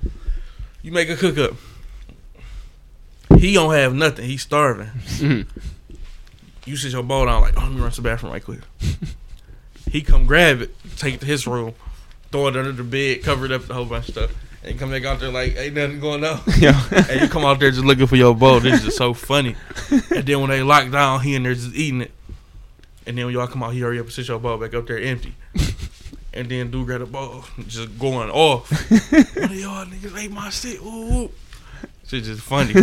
Speaker 3: You make a cook up. He don't have nothing. He's starving. You sit your bowl down like, oh, let me run to the bathroom right quick. he come grab it, take it to his room, throw it under the bed, cover it up with a whole bunch of stuff, and come back out there like, ain't nothing going on.
Speaker 2: Yeah.
Speaker 3: and you come out there just looking for your bowl. This is just so funny. And then when they lock down, he in there just eating it. And then when y'all come out, he hurry up and sit your bowl back up there empty. And then dude grab a bowl, just going off. One of y'all niggas ate my shit. Ooh, ooh. Shit just funny.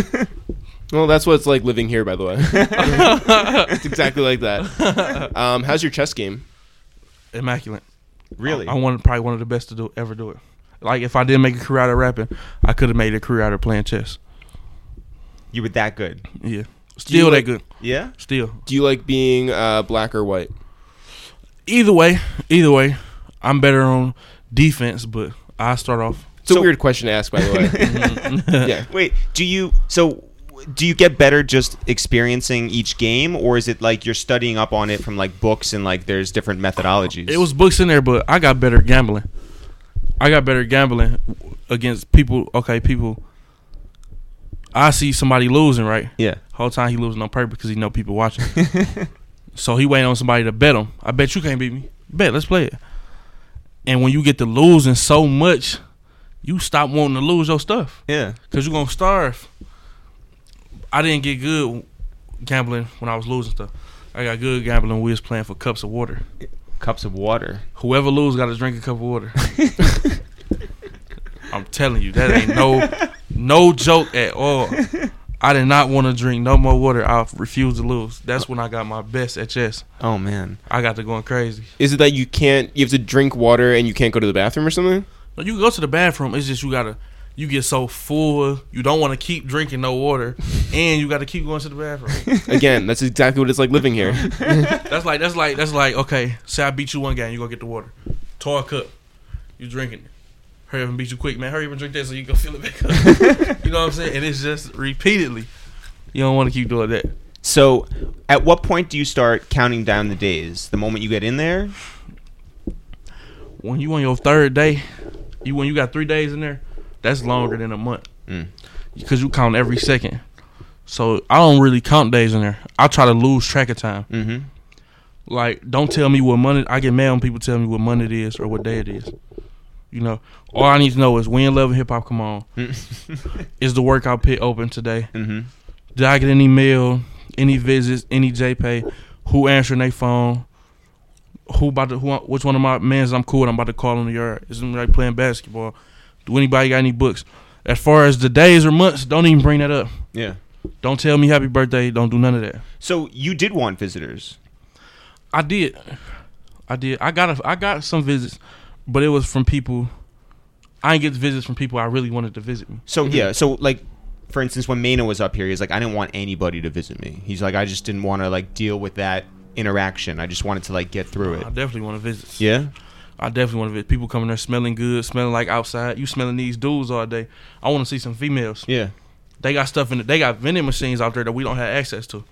Speaker 1: Well, that's what it's like living here, by
Speaker 2: (laughs)
Speaker 1: the way. it's exactly like that. Um, how's your chess game?
Speaker 3: Immaculate.
Speaker 2: (laughs) Really?
Speaker 3: I, I wanted probably one of the best to do ever do it. Like if I didn't make a career out of rapping, I could have made a career out of playing chess.
Speaker 2: you were that good.
Speaker 3: Yeah. Still that
Speaker 1: like-
Speaker 3: good.
Speaker 2: Yeah.
Speaker 3: Still.
Speaker 1: Do you like being uh, black or white?
Speaker 3: Either way, either way, I'm better on defense, but I start off
Speaker 1: It's a
Speaker 2: So-
Speaker 1: weird question to ask, by the way.
Speaker 2: (laughs)
Speaker 3: (laughs)
Speaker 1: yeah.
Speaker 2: Wait. Do you so? Do you get better just experiencing each game, or is it like you're studying up on it from like books and like there's different methodologies?
Speaker 3: It was books in there, but I got better at gambling. I got better at gambling against people. Okay, people. I see somebody losing, right?
Speaker 2: yeah.
Speaker 3: Whole time he losing on purpose because he know people watching. so he waiting on somebody to bet him. I bet you can't beat me. Bet, let's play it. And when you get to losing so much, you stop wanting to lose your stuff
Speaker 2: Yeah.
Speaker 3: because you're gonna starve. I didn't get good gambling when I was losing stuff. I got good gambling when we was playing for cups of water.
Speaker 2: Cups of water.
Speaker 3: Whoever lose got to drink a cup of water. I'm telling you, that ain't no no joke at all. I did not want to drink no more water. I refused to lose. That's when I got my best at chess.
Speaker 2: Oh man. (laughs)
Speaker 3: I got to going crazy.
Speaker 1: Is it that you can't, you have to drink water and you can't go to the bathroom or something?
Speaker 3: No, you can go to the bathroom. It's just you gotta. You get so full, you don't want to keep drinking no water, and you got to keep going to
Speaker 1: (laughs)
Speaker 3: the bathroom.
Speaker 1: Again, that's exactly what it's like living here.
Speaker 3: That's like that's like that's like okay. Say I beat you one game, you go get the water, tall cup, you drinking it. Hurry up and beat you quick, man. Hurry up and drink that so
Speaker 2: (laughs)
Speaker 3: you can fill it back up. you know what I'm saying? And it's just repeatedly. You don't want to keep doing that.
Speaker 2: So, at what point do you start counting down the days? The moment you get in there?
Speaker 3: When you on your third day, you when you got three days in there, that's longer than a month
Speaker 2: Mm.
Speaker 3: because you count every second. So I don't really count days in there. I try to lose track of time.
Speaker 2: Mm-hmm.
Speaker 3: Like, don't tell me what month I get mad when people tell me what month it is or what day it is. You know, all I need to know is when Love and Hip Hop come on. Is the workout pit open today?
Speaker 2: mm-hmm.
Speaker 3: Did I get any mail, any visits, any JPay? Who answering their phone? Who about to, who? Which one of my mans I'm cool? with, I'm about to call in the yard. Is anybody playing basketball? Do anybody got any books? As far as the days or months, don't even bring that up.
Speaker 2: Yeah.
Speaker 3: Don't tell me happy birthday. Don't do none of that.
Speaker 2: So you did want visitors.
Speaker 3: I did, I did. I got a, I got some visits, but it was from people. I didn't get visits from people I really wanted to visit me.
Speaker 2: So yeah. So like, for instance, when Mano was up here, he's like, I didn't want anybody to visit me. He's like, I just didn't want to like deal with that interaction. I just wanted to like get through it.
Speaker 3: I definitely want to visit.
Speaker 2: Yeah.
Speaker 3: I definitely want to visit. People coming there smelling good, smelling like outside. You smelling these dudes all day. I want to see some females.
Speaker 2: Yeah.
Speaker 3: They got stuff in it. They got vending machines out there that we don't have access to,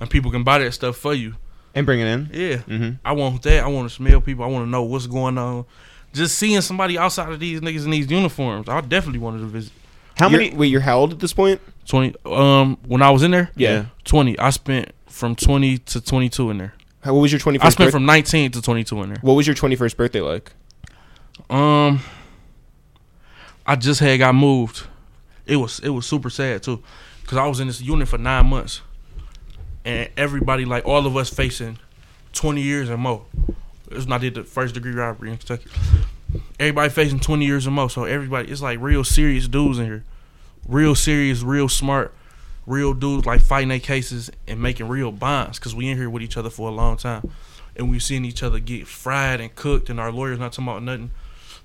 Speaker 3: and people can buy that stuff for you.
Speaker 2: And bring it in.
Speaker 3: Yeah,
Speaker 2: Mm-hmm.
Speaker 3: I want that. I want to smell people. I want to know what's going on. Just seeing somebody outside of these niggas in these uniforms, I definitely wanted to visit.
Speaker 2: (laughs) How
Speaker 1: You're-
Speaker 2: many?
Speaker 1: Wait, you're how old at this point?
Speaker 3: Twenty. Um, when I was in there,
Speaker 1: Yeah.
Speaker 3: twenty. I spent from twenty to twenty two in there.
Speaker 1: How, what was your 21st?
Speaker 3: I spent
Speaker 1: birth-
Speaker 3: from nineteen to twenty two in there.
Speaker 1: What was your 21st birthday like?
Speaker 3: Um, I just had got moved. It was it was super sad too, cause I was in this unit for nine months, and everybody like all of us facing twenty years or more. It's not did the first degree robbery in Kentucky. Everybody facing twenty years or more, so everybody it's like real serious dudes in here, real serious, real smart, real dudes like fighting their cases and making real bonds, cause we in here with each other for a long time, and we seeing each other get fried and cooked, and our lawyers not talking about nothing.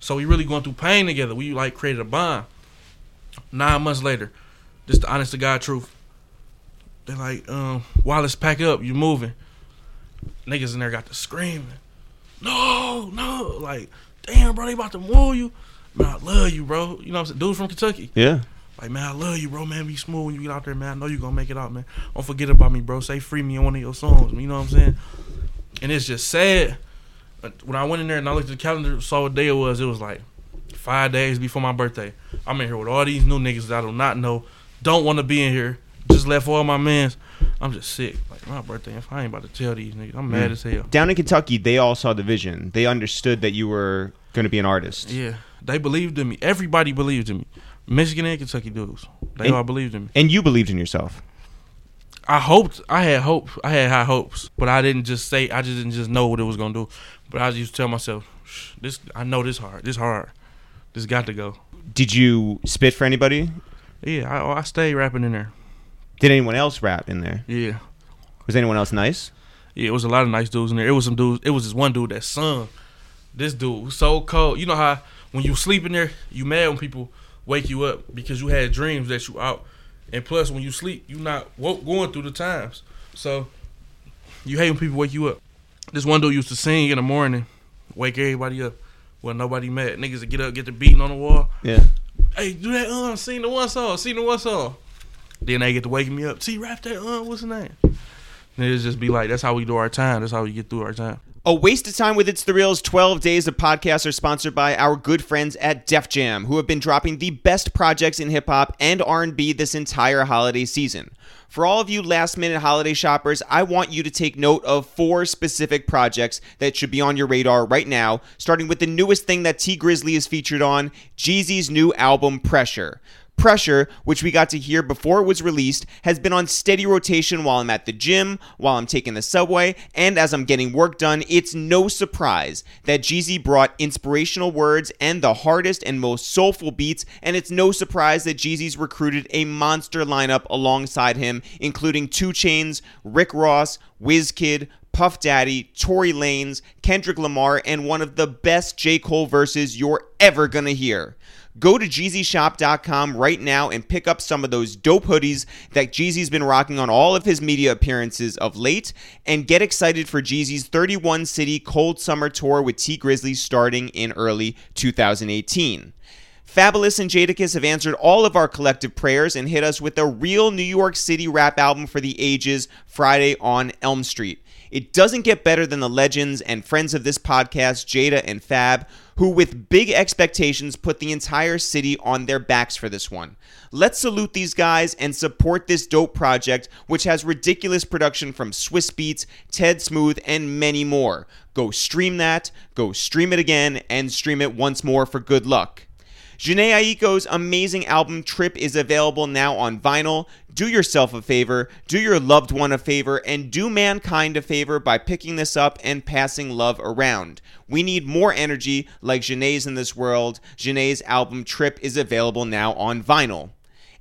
Speaker 3: So we really going through pain together. We like created a bond. Nine months later, just the honest to God truth. They're like, um, Wallace, pack up, you moving. Niggas in there got to screaming. No, no, like, damn, bro, they about to move you. Man, I love you, bro. You know what I'm saying? Dudes from Kentucky.
Speaker 2: Yeah.
Speaker 3: Like, man, I love you, bro. Man, be smooth when you get out there, man. I know you gonna make it out, man. Don't forget about me, bro. Say free me on one of your songs. You know what I'm saying? And it's just sad. Uh, When I went in there and I looked at the calendar, saw what day it was, it was like five days before my birthday. I'm in here with all these new niggas that I do not know, don't wanna be in here. Just left all my mans. I'm just sick. Like my birthday, if I ain't about to tell these niggas, I'm mad as hell.
Speaker 2: Down in Kentucky, they all saw the vision. They understood that you were going to be an artist.
Speaker 3: Yeah. They believed in me. Everybody believed in me. Michigan and Kentucky dudes. They
Speaker 2: And-
Speaker 3: all believed in me.
Speaker 2: And you believed in yourself.
Speaker 3: I hoped I had hope. I had high hopes, but I didn't just say. I just didn't just know what it was gonna do. But I used to tell myself, "Shh, "This I know this hard. This hard. This got to go."
Speaker 2: Did you spit for anybody?
Speaker 3: Yeah, I, I stayed rapping in there.
Speaker 2: Did anyone else rap in there?
Speaker 3: Yeah,
Speaker 2: Was anyone else nice?
Speaker 3: yeah. It was a lot of nice dudes in there. It was some dudes. It was this one dude that sung. This dude was so cold. You know how when you sleep in there, you mad when people wake you up because you had dreams that you out, and plus when you sleep, you not woke going through the times. So you hate when people wake you up. This one dude used to sing in the morning, wake everybody up. Well, nobody mad. Niggas would get up, get the beating on the wall.
Speaker 2: Yeah.
Speaker 3: Hey, do that um, sing the one song, sing the one song. Then they get to waking me up. See, rap that um, what's the name? Then it's just be like, that's how we do our time. That's how we get through our time.
Speaker 2: A Waste of Time with It's the Reels 12 Days of Podcasts are sponsored by our good friends at Def Jam, who have been dropping the best projects in hip hop and R&B this entire holiday season. For all of you last minute holiday shoppers, I want you to take note of four specific projects that should be on your radar right now, starting with the newest thing that T Grizzly is featured on, Jeezy's new album Pressure. Pressure, which we got to hear before it was released, has been on steady rotation while I'm at the gym, while I'm taking the subway, and as I'm getting work done. It's no surprise that Jeezy brought inspirational words and the hardest and most soulful beats, and it's no surprise that Jeezy's recruited a monster lineup alongside him, including Two Chains, Rick Ross, WizKid, Puff Daddy, Tory Lanez, Kendrick Lamar, and one of the best J. Cole verses you're ever gonna hear. Go to JeezyShop.com right now and pick up some of those dope hoodies that Jeezy's been rocking on all of his media appearances of late, and get excited for Jeezy's 31 city cold summer tour with T Grizzly starting in early 2018. Fabulous and Jadakiss have answered all of our collective prayers and hit us with a real New York City rap album for the ages Friday on Elm Street. It doesn't get better than the legends and friends of this podcast, Jada and Fab, who, with big expectations, put the entire city on their backs for this one. Let's salute these guys and support this dope project, which has ridiculous production from Swiss Beats, Ted Smooth, and many more. Go stream that, go stream it again, and stream it once more for good luck. Janae Aiko's amazing album Trip is available now on vinyl. Do yourself a favor, do your loved one a favor, and do mankind a favor by picking this up and passing love around. We need more energy like Janae's in this world. Janae's album Trip is available now on vinyl.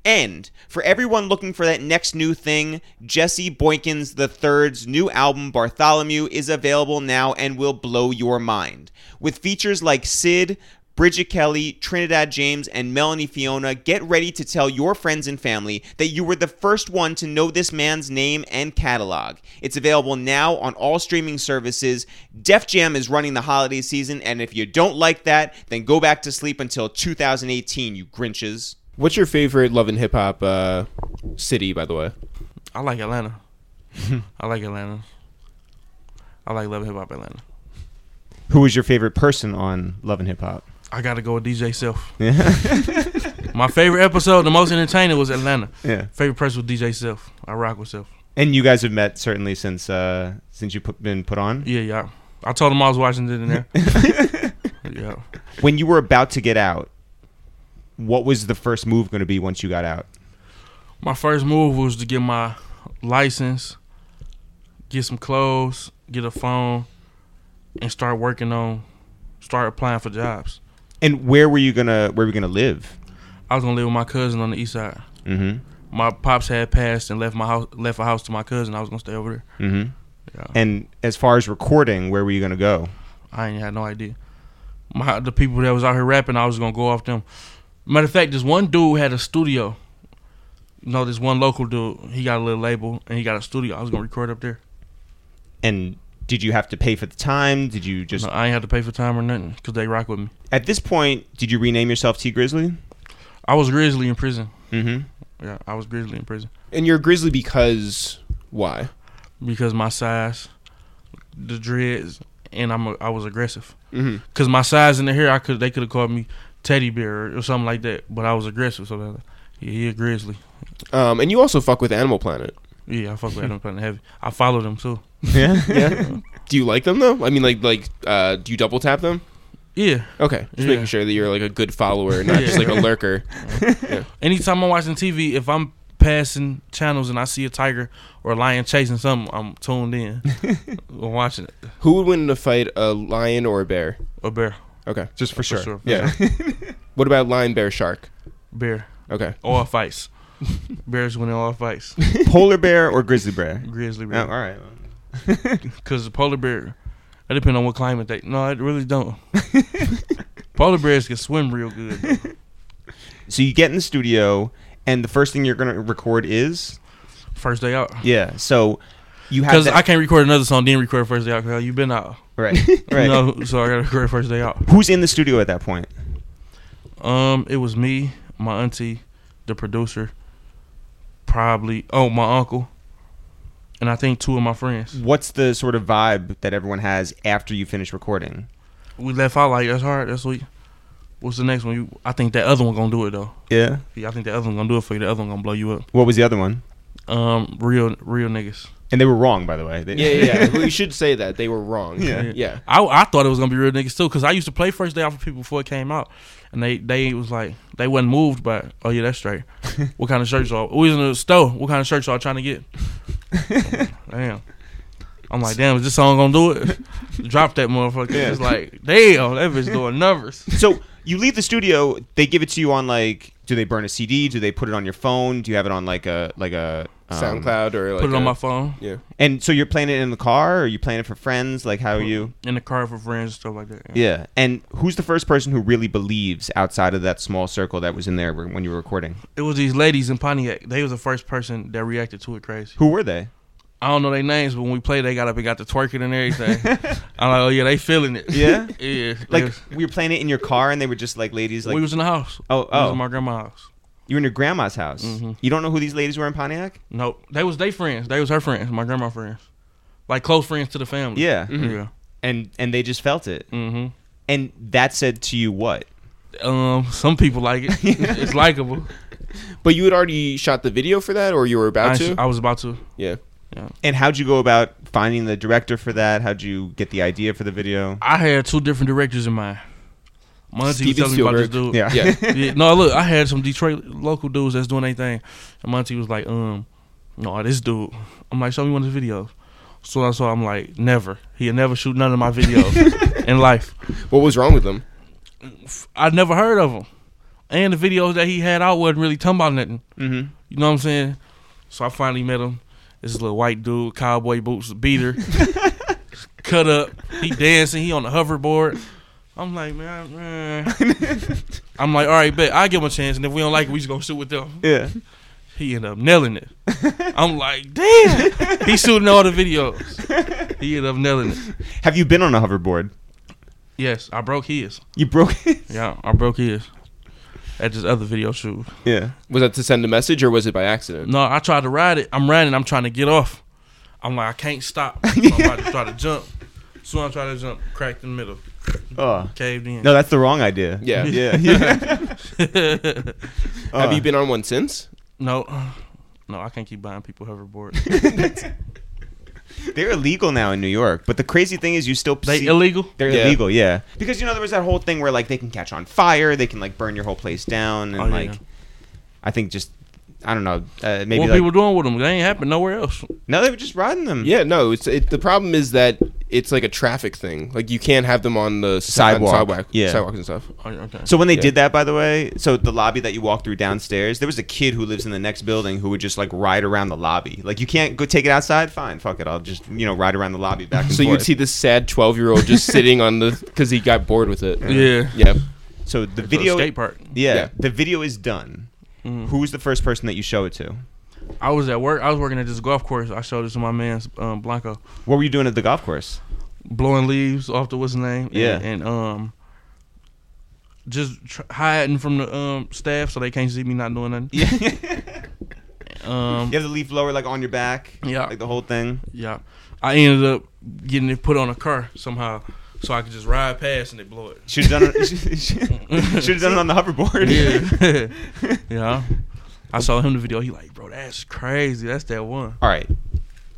Speaker 2: And for everyone looking for that next new thing, Jesse Boykins III's new album, Bartholomew, is available now and will blow your mind. With features like Sid, Bridget Kelly, Trinidad James, and Melanie Fiona, get ready to tell your friends and family that you were the first one to know this man's name and catalog. It's available now on all streaming services. Def Jam is running the holiday season, and if you don't like that, then go back to sleep until 2018, you Grinches.
Speaker 1: What's your favorite Love and Hip Hop uh, city, by the way?
Speaker 3: I like Atlanta. I like Atlanta. I like Love and Hip Hop Atlanta.
Speaker 2: Who was your favorite person on Love and Hip Hop?
Speaker 3: I gotta go with DJ Self. My favorite episode, the most entertaining, was Atlanta.
Speaker 2: Yeah.
Speaker 3: Favorite person was DJ Self. I rock with Self.
Speaker 2: And you guys have met certainly since uh, since you've put, been put on.
Speaker 3: Yeah, yeah. I told him I was watching it in there. yeah.
Speaker 2: When you were about to get out, what was the first move going to be once you got out?
Speaker 3: My first move was to get my license, get some clothes, get a phone, and start working on, start applying for jobs.
Speaker 2: And where were you gonna where were you gonna live?
Speaker 3: I was gonna live with my cousin on the east side.
Speaker 2: Mm-hmm.
Speaker 3: My pops had passed and left my house, left a house to my cousin. I was gonna stay over there.
Speaker 2: Mm-hmm.
Speaker 3: Yeah.
Speaker 2: And as far as recording, where were you gonna go?
Speaker 3: I ain't had no idea. My the people that was out here rapping, I was gonna go off them. Matter of fact, this one dude had a studio. You know, this one local dude, he got a little label and he got a studio. I was gonna record up there.
Speaker 2: And did you have to pay for the time? Did you just
Speaker 3: No, I ain't had to pay for time or nothing because they rock with me.
Speaker 2: at this point? Did you rename yourself T Grizzly?
Speaker 3: I was grizzly in prison.
Speaker 2: Mm-hmm.
Speaker 3: Yeah, I was grizzly in prison
Speaker 1: And you're a Grizzly because why?
Speaker 3: because my size, the dreads, and I'm a, I was aggressive.
Speaker 1: Mhm.
Speaker 3: Cause my size in the hair, I could they could have called me teddy bear or something like that, but I was aggressive. So they're like, yeah, he a grizzly.
Speaker 1: Um, and you also fuck with Animal Planet.
Speaker 3: Yeah, I fuck with Adam Planet Heavy. I followed him too.
Speaker 2: (laughs) Yeah.
Speaker 3: (laughs)
Speaker 1: Yeah. do you like them though? I mean, like, like, uh, do you double tap them?
Speaker 3: Yeah.
Speaker 1: Okay, just
Speaker 3: Yeah.
Speaker 1: making sure that you're like a good follower, and not just
Speaker 3: (laughs)
Speaker 1: like a lurker.
Speaker 3: Anytime I'm watching TV, if I'm passing channels and I see a tiger or a lion chasing something, I'm tuned in. I'm watching it.
Speaker 1: Who would win in a fight, a lion or a bear?
Speaker 3: A bear.
Speaker 1: Okay,
Speaker 2: just for, sure.
Speaker 3: (laughs)
Speaker 1: yeah. what about lion, bear, shark?
Speaker 3: Bear. (laughs)
Speaker 1: Okay,
Speaker 3: All fights. Bears winning all fights.
Speaker 2: (laughs) Polar bear or grizzly bear?
Speaker 3: Grizzly
Speaker 2: Oh, all
Speaker 3: bear.
Speaker 2: right.
Speaker 3: Because the polar bear, it depends on what climate they. No, it really don't. (laughs) polar bears can swim real good. though.
Speaker 2: So you get in the studio, and the first thing you're gonna record is
Speaker 3: First day out.
Speaker 2: yeah. So you have
Speaker 3: Because
Speaker 2: that,
Speaker 3: I can't record another song, then record first day out. Because you been out.
Speaker 2: right right.
Speaker 3: You know, so I got to record first day out.
Speaker 2: Who's in the studio at that point?
Speaker 3: Um, it was me, my auntie, the producer, probably. Oh, my uncle, and I think two of my friends.
Speaker 2: What's the sort of vibe that everyone has after you finish recording?
Speaker 3: We left out like that's hard, that's sweet. What's the next one? You, I think that other one gonna do it though.
Speaker 2: Yeah.
Speaker 3: Yeah, I think that other one gonna do it for you. The other one gonna blow you up.
Speaker 2: What was the other one?
Speaker 3: Um, real, real niggas.
Speaker 2: And they were wrong, by the way. They-
Speaker 1: yeah, yeah. yeah. well, you should say that they were wrong.
Speaker 2: Yeah.
Speaker 1: yeah.
Speaker 3: I, I thought it was gonna be real niggas too, cause I used to play first day out for people before it came out, and they they was like they wasn't moved by. Oh yeah, that's straight. what kind of shirts y'all? We was in the store. What kind of shirts y'all trying to get? damn. I'm like, damn, is this song gonna do it? Drop that motherfucker.
Speaker 2: Yeah.
Speaker 3: It's like, damn, that bitch doing numbers.
Speaker 2: (laughs) So you leave the studio. They give it to you on like. Do they burn a CD? Do they put it on your phone? Do you have it on like a like a um,
Speaker 1: SoundCloud or like
Speaker 3: Put it on
Speaker 1: a-
Speaker 3: my phone
Speaker 1: Yeah.
Speaker 2: And so you're playing it in the car, or you playing it for friends? Like how are you?
Speaker 3: in the car for friends and stuff like that.
Speaker 2: Yeah. And who's the first person who really believes outside of that small circle that was in there when you were recording?
Speaker 3: It was these ladies in Pontiac. They was the first person that reacted to it crazy.
Speaker 2: Who were they?
Speaker 3: I don't know their names, but when we played, they got up and got to twerking
Speaker 2: (laughs)
Speaker 3: and everything. I'm like, oh yeah, they feeling it.
Speaker 2: Yeah?
Speaker 3: (laughs) yeah.
Speaker 2: Like
Speaker 3: yeah.
Speaker 2: we were playing it in your car, and they were just like ladies. Like
Speaker 3: we was in the house.
Speaker 2: Oh,
Speaker 3: we was
Speaker 2: oh.
Speaker 3: in my grandma's house.
Speaker 2: you were in your grandma's house. You don't know who these ladies were in Pontiac?
Speaker 3: No, they was they friends. They was her friends, my grandma friends, like close friends to the family.
Speaker 2: Yeah.
Speaker 3: yeah.
Speaker 2: And and they just felt it.
Speaker 3: Mm-hmm.
Speaker 2: And that said to you what?
Speaker 3: Um, some people
Speaker 2: (laughs)
Speaker 3: like it. it's likable.
Speaker 1: But you had already shot the video for that, or you were about
Speaker 3: I,
Speaker 1: to.
Speaker 3: I was about to.
Speaker 1: yeah.
Speaker 2: And how'd you go about finding the director for that? How'd you get the idea for the video?
Speaker 3: I had two different directors in mind. Monty was
Speaker 1: Steven
Speaker 3: telling me about this
Speaker 1: Spielberg.
Speaker 3: dude.
Speaker 2: Yeah.
Speaker 1: (laughs) Yeah.
Speaker 3: (laughs) Yeah, no, look, I had some Detroit local dudes that's doing their thing. And Monty was like, um, no, this dude. I'm like, show me one of his videos. So I saw, I'm like, never. He'll never shoot none of my videos in life.
Speaker 1: What was wrong with them?
Speaker 3: I never heard of him. And the videos that he had out wasn't really talking about nothing.
Speaker 2: Mm-hmm.
Speaker 3: You know what I'm saying? So I finally met him. This little white dude, cowboy boots, beater, cut up. He dancing. He on the hoverboard. I'm like, man, man. I'm like, all right, bet I give him a chance, and if we don't like it, we just gonna shoot with them.
Speaker 2: Yeah.
Speaker 3: He end up nailing it. I'm like, damn. He shooting all the videos. He end up nailing it.
Speaker 2: Have you been on a hoverboard?
Speaker 3: Yes, I broke his.
Speaker 2: You broke (laughs) it.
Speaker 3: Yeah, I broke his. At this other video shoot.
Speaker 2: yeah.
Speaker 1: Was that to send a message, or was it by accident?
Speaker 3: No, I tried to ride it. I'm riding. I'm trying to get off. I'm like, I
Speaker 2: (laughs)
Speaker 3: can't stop. So I'm about to try to jump. Soon I try to jump, cracked in the middle,
Speaker 2: Oh.
Speaker 3: caved in.
Speaker 2: No, that's the wrong idea.
Speaker 1: Yeah.
Speaker 2: Yeah. yeah. (laughs)
Speaker 1: Have
Speaker 2: Uh,
Speaker 1: you been on one since?
Speaker 3: (laughs) no, uh, no, I can't keep buying people hoverboards.
Speaker 2: (laughs) They're illegal now in New York, but the crazy thing is, you still
Speaker 3: They
Speaker 2: see-
Speaker 3: illegal?
Speaker 2: They're
Speaker 1: Yeah.
Speaker 2: illegal, yeah. Because you know there was that whole thing where like they can catch on fire, they can like burn your whole place down, and
Speaker 3: Oh, yeah.
Speaker 2: like I think just I don't know, uh, maybe
Speaker 3: what
Speaker 2: like,
Speaker 3: people doing with them? They ain't happen nowhere else.
Speaker 2: no, they were just riding them.
Speaker 1: Yeah, no. It's it, the problem is that it's like a traffic thing. Like you can't have them on the si-
Speaker 2: Sidewalk.
Speaker 1: sidewalk,
Speaker 2: Yeah.
Speaker 1: sidewalks and stuff.
Speaker 3: Oh, yeah, okay.
Speaker 2: So when they
Speaker 1: Yeah.
Speaker 2: did that, by the way, so the lobby that you walk through downstairs, there was a kid who lives in the next building who would just like ride around the lobby. Like you can't go take it outside. Fine, fuck it, I'll just you know ride around the lobby back and
Speaker 1: So
Speaker 2: forth.
Speaker 1: you'd see this sad twelve-year-old (laughs) just sitting on the because he got bored with it.
Speaker 3: yeah,
Speaker 1: Yep.
Speaker 2: so the
Speaker 3: So
Speaker 2: video,
Speaker 3: skate park.
Speaker 2: yeah,
Speaker 1: Yeah.
Speaker 2: the video is done.
Speaker 3: Mhm.
Speaker 2: Who was the first person that you show it to?
Speaker 3: I was at work. I was working at this golf course. I showed this to my man um, Blanco,
Speaker 2: What were you doing at the golf course?
Speaker 3: blowing leaves off the what's his name. and-
Speaker 2: Yeah.
Speaker 3: and, um, just tr- hiding from the um staff so they can't see me not doing nothing.
Speaker 2: Yeah, (laughs) you
Speaker 3: Um,
Speaker 2: have the leaf blower like on your back.
Speaker 3: Yeah.
Speaker 2: like the whole thing.
Speaker 3: Yeah, I ended up getting it put on a car somehow, so I could just ride past and they blow it.
Speaker 2: Should have done it. (laughs) Should have done it on the hoverboard.
Speaker 3: Yeah, (laughs) yeah. I saw him the video. He like, bro, that's crazy. That's that one.
Speaker 2: (laughs) All right.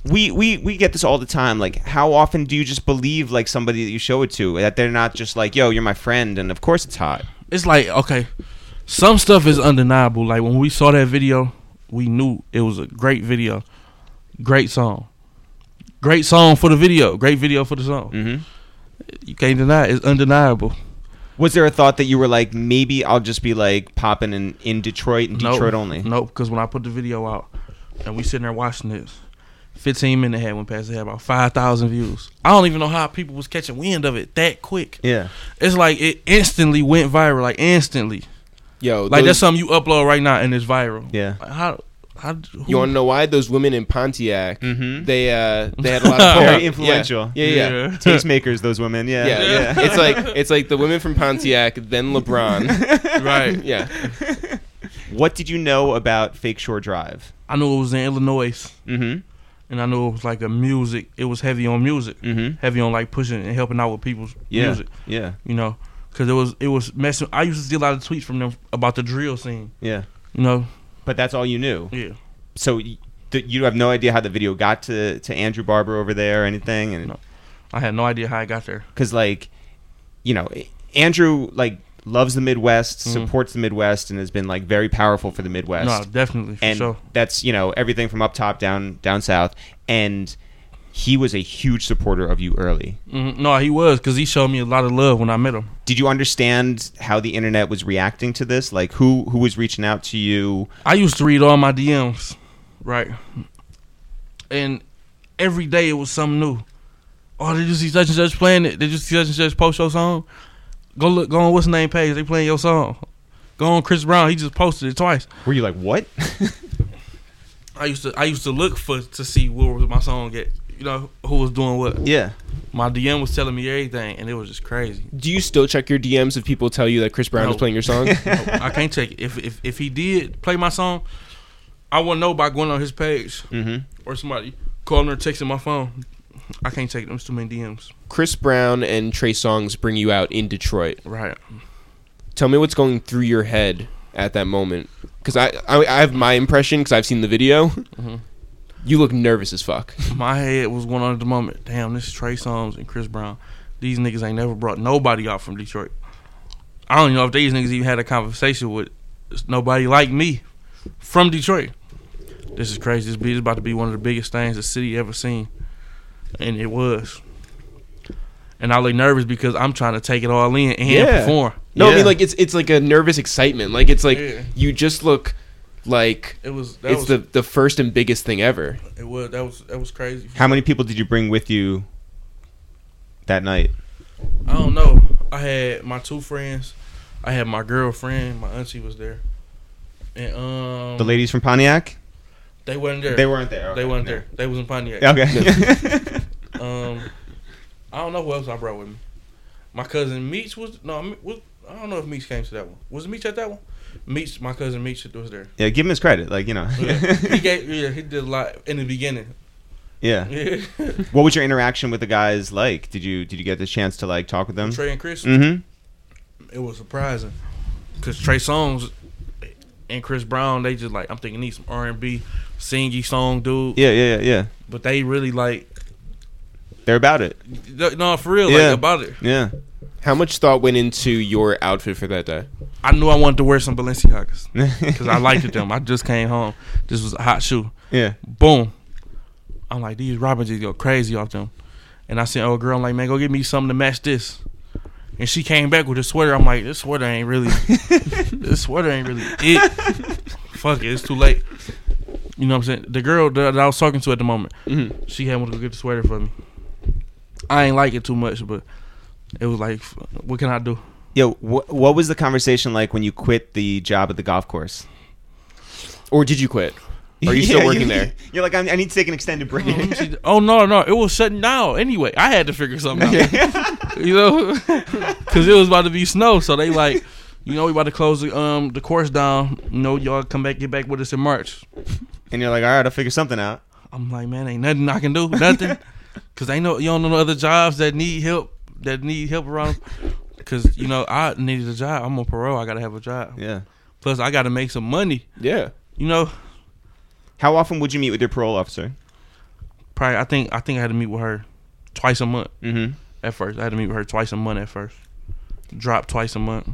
Speaker 2: We, we we get this all the time. Like, how often do you just believe like somebody that you show it to that they're not just like, yo, you're my friend, and of course it's hot.
Speaker 3: It's like okay, some stuff is undeniable. Like when we saw that video, we knew it was a great video, great song, great song for the video, great video for the song.
Speaker 2: Mm-hmm.
Speaker 3: You can't deny it. it's undeniable.
Speaker 2: Was there a thought that you were like, maybe I'll just be like popping in in Detroit and
Speaker 3: Nope.
Speaker 2: Detroit only?
Speaker 3: Nope, because when I put the video out and we sitting there watching this, 15 minute had went past. It had about 5,000 views. I don't even know how people was catching wind of it that quick.
Speaker 2: Yeah.
Speaker 3: It's like it instantly went viral, like instantly.
Speaker 1: Yo,
Speaker 3: Like
Speaker 1: those-
Speaker 3: that's something you upload right now and it's viral.
Speaker 2: Yeah.
Speaker 3: Like, how? How? Who,
Speaker 1: You
Speaker 2: (laughs)
Speaker 1: want to know why those women in Pontiac?
Speaker 2: Mhm.
Speaker 1: They uh, they had a
Speaker 2: (laughs)
Speaker 1: lot of pull.
Speaker 2: Very
Speaker 1: Yeah.
Speaker 2: influential.
Speaker 1: Yeah, yeah, yeah.
Speaker 2: (laughs) Tastemakers, those women. Yeah.
Speaker 1: yeah,
Speaker 2: Yeah.
Speaker 1: It's like it's like the women from Pontiac, then
Speaker 2: (laughs)
Speaker 1: LeBron.
Speaker 3: right.
Speaker 1: yeah,
Speaker 2: What did you know about Fake Shore Drive?
Speaker 3: I knew it was in Illinois,
Speaker 2: Mm-hmm.
Speaker 3: and I knew it was like a music. It was heavy on music,
Speaker 2: Mm-hmm.
Speaker 3: heavy on like pushing and helping out with people's
Speaker 2: Yeah.
Speaker 3: music.
Speaker 2: Yeah.
Speaker 3: You know, because it was it was messing. I used to see a lot of tweets from them about the drill scene.
Speaker 2: Yeah.
Speaker 3: You know,
Speaker 2: But that's all you knew.
Speaker 3: yeah.
Speaker 2: so y- th- you have no idea how the video got to, to Andrew Barber over there or anything, and
Speaker 3: No. I had no idea how I got there.
Speaker 2: because like, you know, Andrew like loves the Midwest, supports the Midwest, and has been like very powerful for the Midwest,
Speaker 3: Mm. No, definitely for
Speaker 2: and
Speaker 3: sure.
Speaker 2: that's you know everything from up top down down south, and he was a huge supporter of you early.
Speaker 3: Mhm. No, he was because he showed me a lot of love when I met him.
Speaker 2: Did you understand how the internet was reacting to this? Like who who was reaching out to you?
Speaker 3: I used to read all my DMs, right? And every day it was something new. Oh, did you see such and such playing it? Did you see such and such post your song? Go look, go on what's the name page. They playing your song. Go on Chris Brown. He just posted it twice.
Speaker 2: Were you like what?
Speaker 3: I used to I used to look for to see where was my song at. You know who was doing what.
Speaker 2: Yeah.
Speaker 3: My DM was telling me everything, and it was just crazy.
Speaker 1: Do you still check your DMs if people tell you that Chris Brown
Speaker 3: No.
Speaker 1: is playing your song?
Speaker 3: No, I can't take it. If if if he did play my song, I wouldn't know by going on his page
Speaker 2: Mm-hmm.
Speaker 3: or somebody calling or texting my phone. I can't take them. It's too many DMs.
Speaker 1: Chris Brown and Trey Songs bring you out in Detroit.
Speaker 3: Right.
Speaker 1: Tell me what's going through your head at that moment, because I, I I have my impression because I've seen the video. You look nervous as fuck.
Speaker 3: My head was going on at the moment. Damn, this is Trey Songz and Chris Brown. These niggas ain't never brought nobody out from Detroit. I don't even know if these niggas even had a conversation with nobody like me from Detroit. This is crazy. This beat is about to be one of the biggest things the city ever seen. And it was. And I look nervous because I'm trying to take it all in and
Speaker 1: Yeah.
Speaker 3: perform.
Speaker 1: No, I
Speaker 2: Yeah.
Speaker 1: mean like it's it's like a nervous excitement. Like it's like
Speaker 3: Yeah.
Speaker 1: you just look like
Speaker 3: It was that
Speaker 1: it's
Speaker 3: was
Speaker 1: the the first and biggest thing ever.
Speaker 3: it was that was that was crazy.
Speaker 2: How many people did you bring with you that night?
Speaker 3: I don't know. I had my two friends. I had my girlfriend. My auntie was there, and um,
Speaker 2: The ladies from Pontiac?
Speaker 3: they wasn't there.
Speaker 2: They weren't there.
Speaker 3: They
Speaker 2: okay.
Speaker 3: weren't there. They was in Pontiac.
Speaker 2: Okay.
Speaker 3: Um, I don't know who else I brought with me. My cousin Meach was no. Me- Was, I don't know if Meach came to that one. Was Meach at that one? Meach, my cousin Meach was there.
Speaker 2: (laughs) yeah, give him his credit. Like, you know.
Speaker 3: Yeah.
Speaker 2: (laughs)
Speaker 3: he gave. Yeah, he did a lot in the beginning.
Speaker 2: yeah.
Speaker 3: Yeah.
Speaker 2: What was your interaction with the guys like? Did you did you get the chance to like talk with them?
Speaker 3: Trey and Chris.
Speaker 2: Mm-hmm.
Speaker 3: it was surprising because Trey Songz and Chris Brown, they just like I'm thinking these some R and B singy song dude,
Speaker 2: Yeah, yeah, yeah, yeah.
Speaker 3: but they really like
Speaker 2: They're about it.
Speaker 3: th- no for real
Speaker 2: Yeah.
Speaker 3: like about it.
Speaker 2: Yeah.
Speaker 1: How much thought went into your outfit for that day?
Speaker 3: I knew I wanted to wear some Balenciagas
Speaker 2: Because
Speaker 3: because I liked them. I just came home. This was a hot shoe.
Speaker 2: (laughs) Yeah.
Speaker 3: Boom. I'm like these Robins just go crazy off them, and I said, "Oh girl, I'm like man, go get me something to match this." And she came back with a sweater. I'm like, this sweater ain't really, this sweater ain't really it. Fuck it, it's too late. You know what I'm saying? The girl that, that I was talking to at the moment,
Speaker 1: Mhm.
Speaker 3: she had one to go get the sweater for me. I ain't like it too much, but it was like, f- what can I do?
Speaker 2: Yo, wh- what was the conversation like when you quit the job at the golf course?
Speaker 1: Or did you quit? Are
Speaker 2: (laughs)
Speaker 1: you still
Speaker 2: Yeah,
Speaker 1: working there?
Speaker 2: You're like, I I need to take an extended break.
Speaker 3: She- oh no, no, it was shutting down anyway. I had to figure something out. (laughs) you know, because it was about to be snow. So they like, you know, we about to close the um the course down. You know, y'all come back, get back with us in March.
Speaker 2: (laughs) and you're like, all right, I'll figure something out.
Speaker 3: I'm like, man, ain't nothing I can do, nothing, (laughs) because ain't no you don't know no other jobs that need help that need help around. Because you know, I needed a job. I'm on parole. I gotta have a job.
Speaker 2: Yeah.
Speaker 3: Plus, I gotta make some money.
Speaker 1: Yeah.
Speaker 3: You know,
Speaker 2: How often would you meet with your parole officer?
Speaker 3: probably I think I think I had to meet with her twice a month.
Speaker 2: Mm-hmm.
Speaker 3: at first. I had to meet with her twice a month at first. Drop twice a month.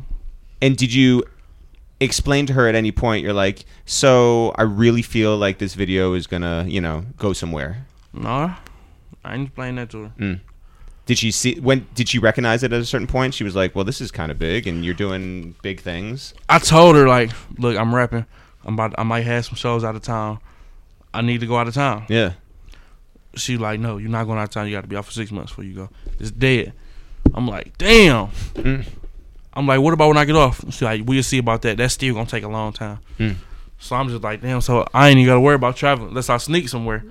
Speaker 2: And did you explain to her at any point? You're like, so I really feel like this video is gonna, you know, go somewhere.
Speaker 3: No, I ain't playing that to her.
Speaker 2: Did she see when? Did she recognize it at a certain point? She was like, well, this is kind of big, and you're doing big things.
Speaker 3: I told her like, look, I'm rapping. I'm about. I might have some shows out of town. I need to go out of town.
Speaker 2: Yeah.
Speaker 3: She like, no, you're not going out of town. You got to be out for six months before you go. It's dead. I'm like, damn.
Speaker 2: Mm.
Speaker 3: I'm like, what about when I get off? She like, we'll see about that. That's still gonna take a long time.
Speaker 2: Mm.
Speaker 3: So I'm just like, damn. So I ain't even gotta worry about traveling unless I sneak somewhere.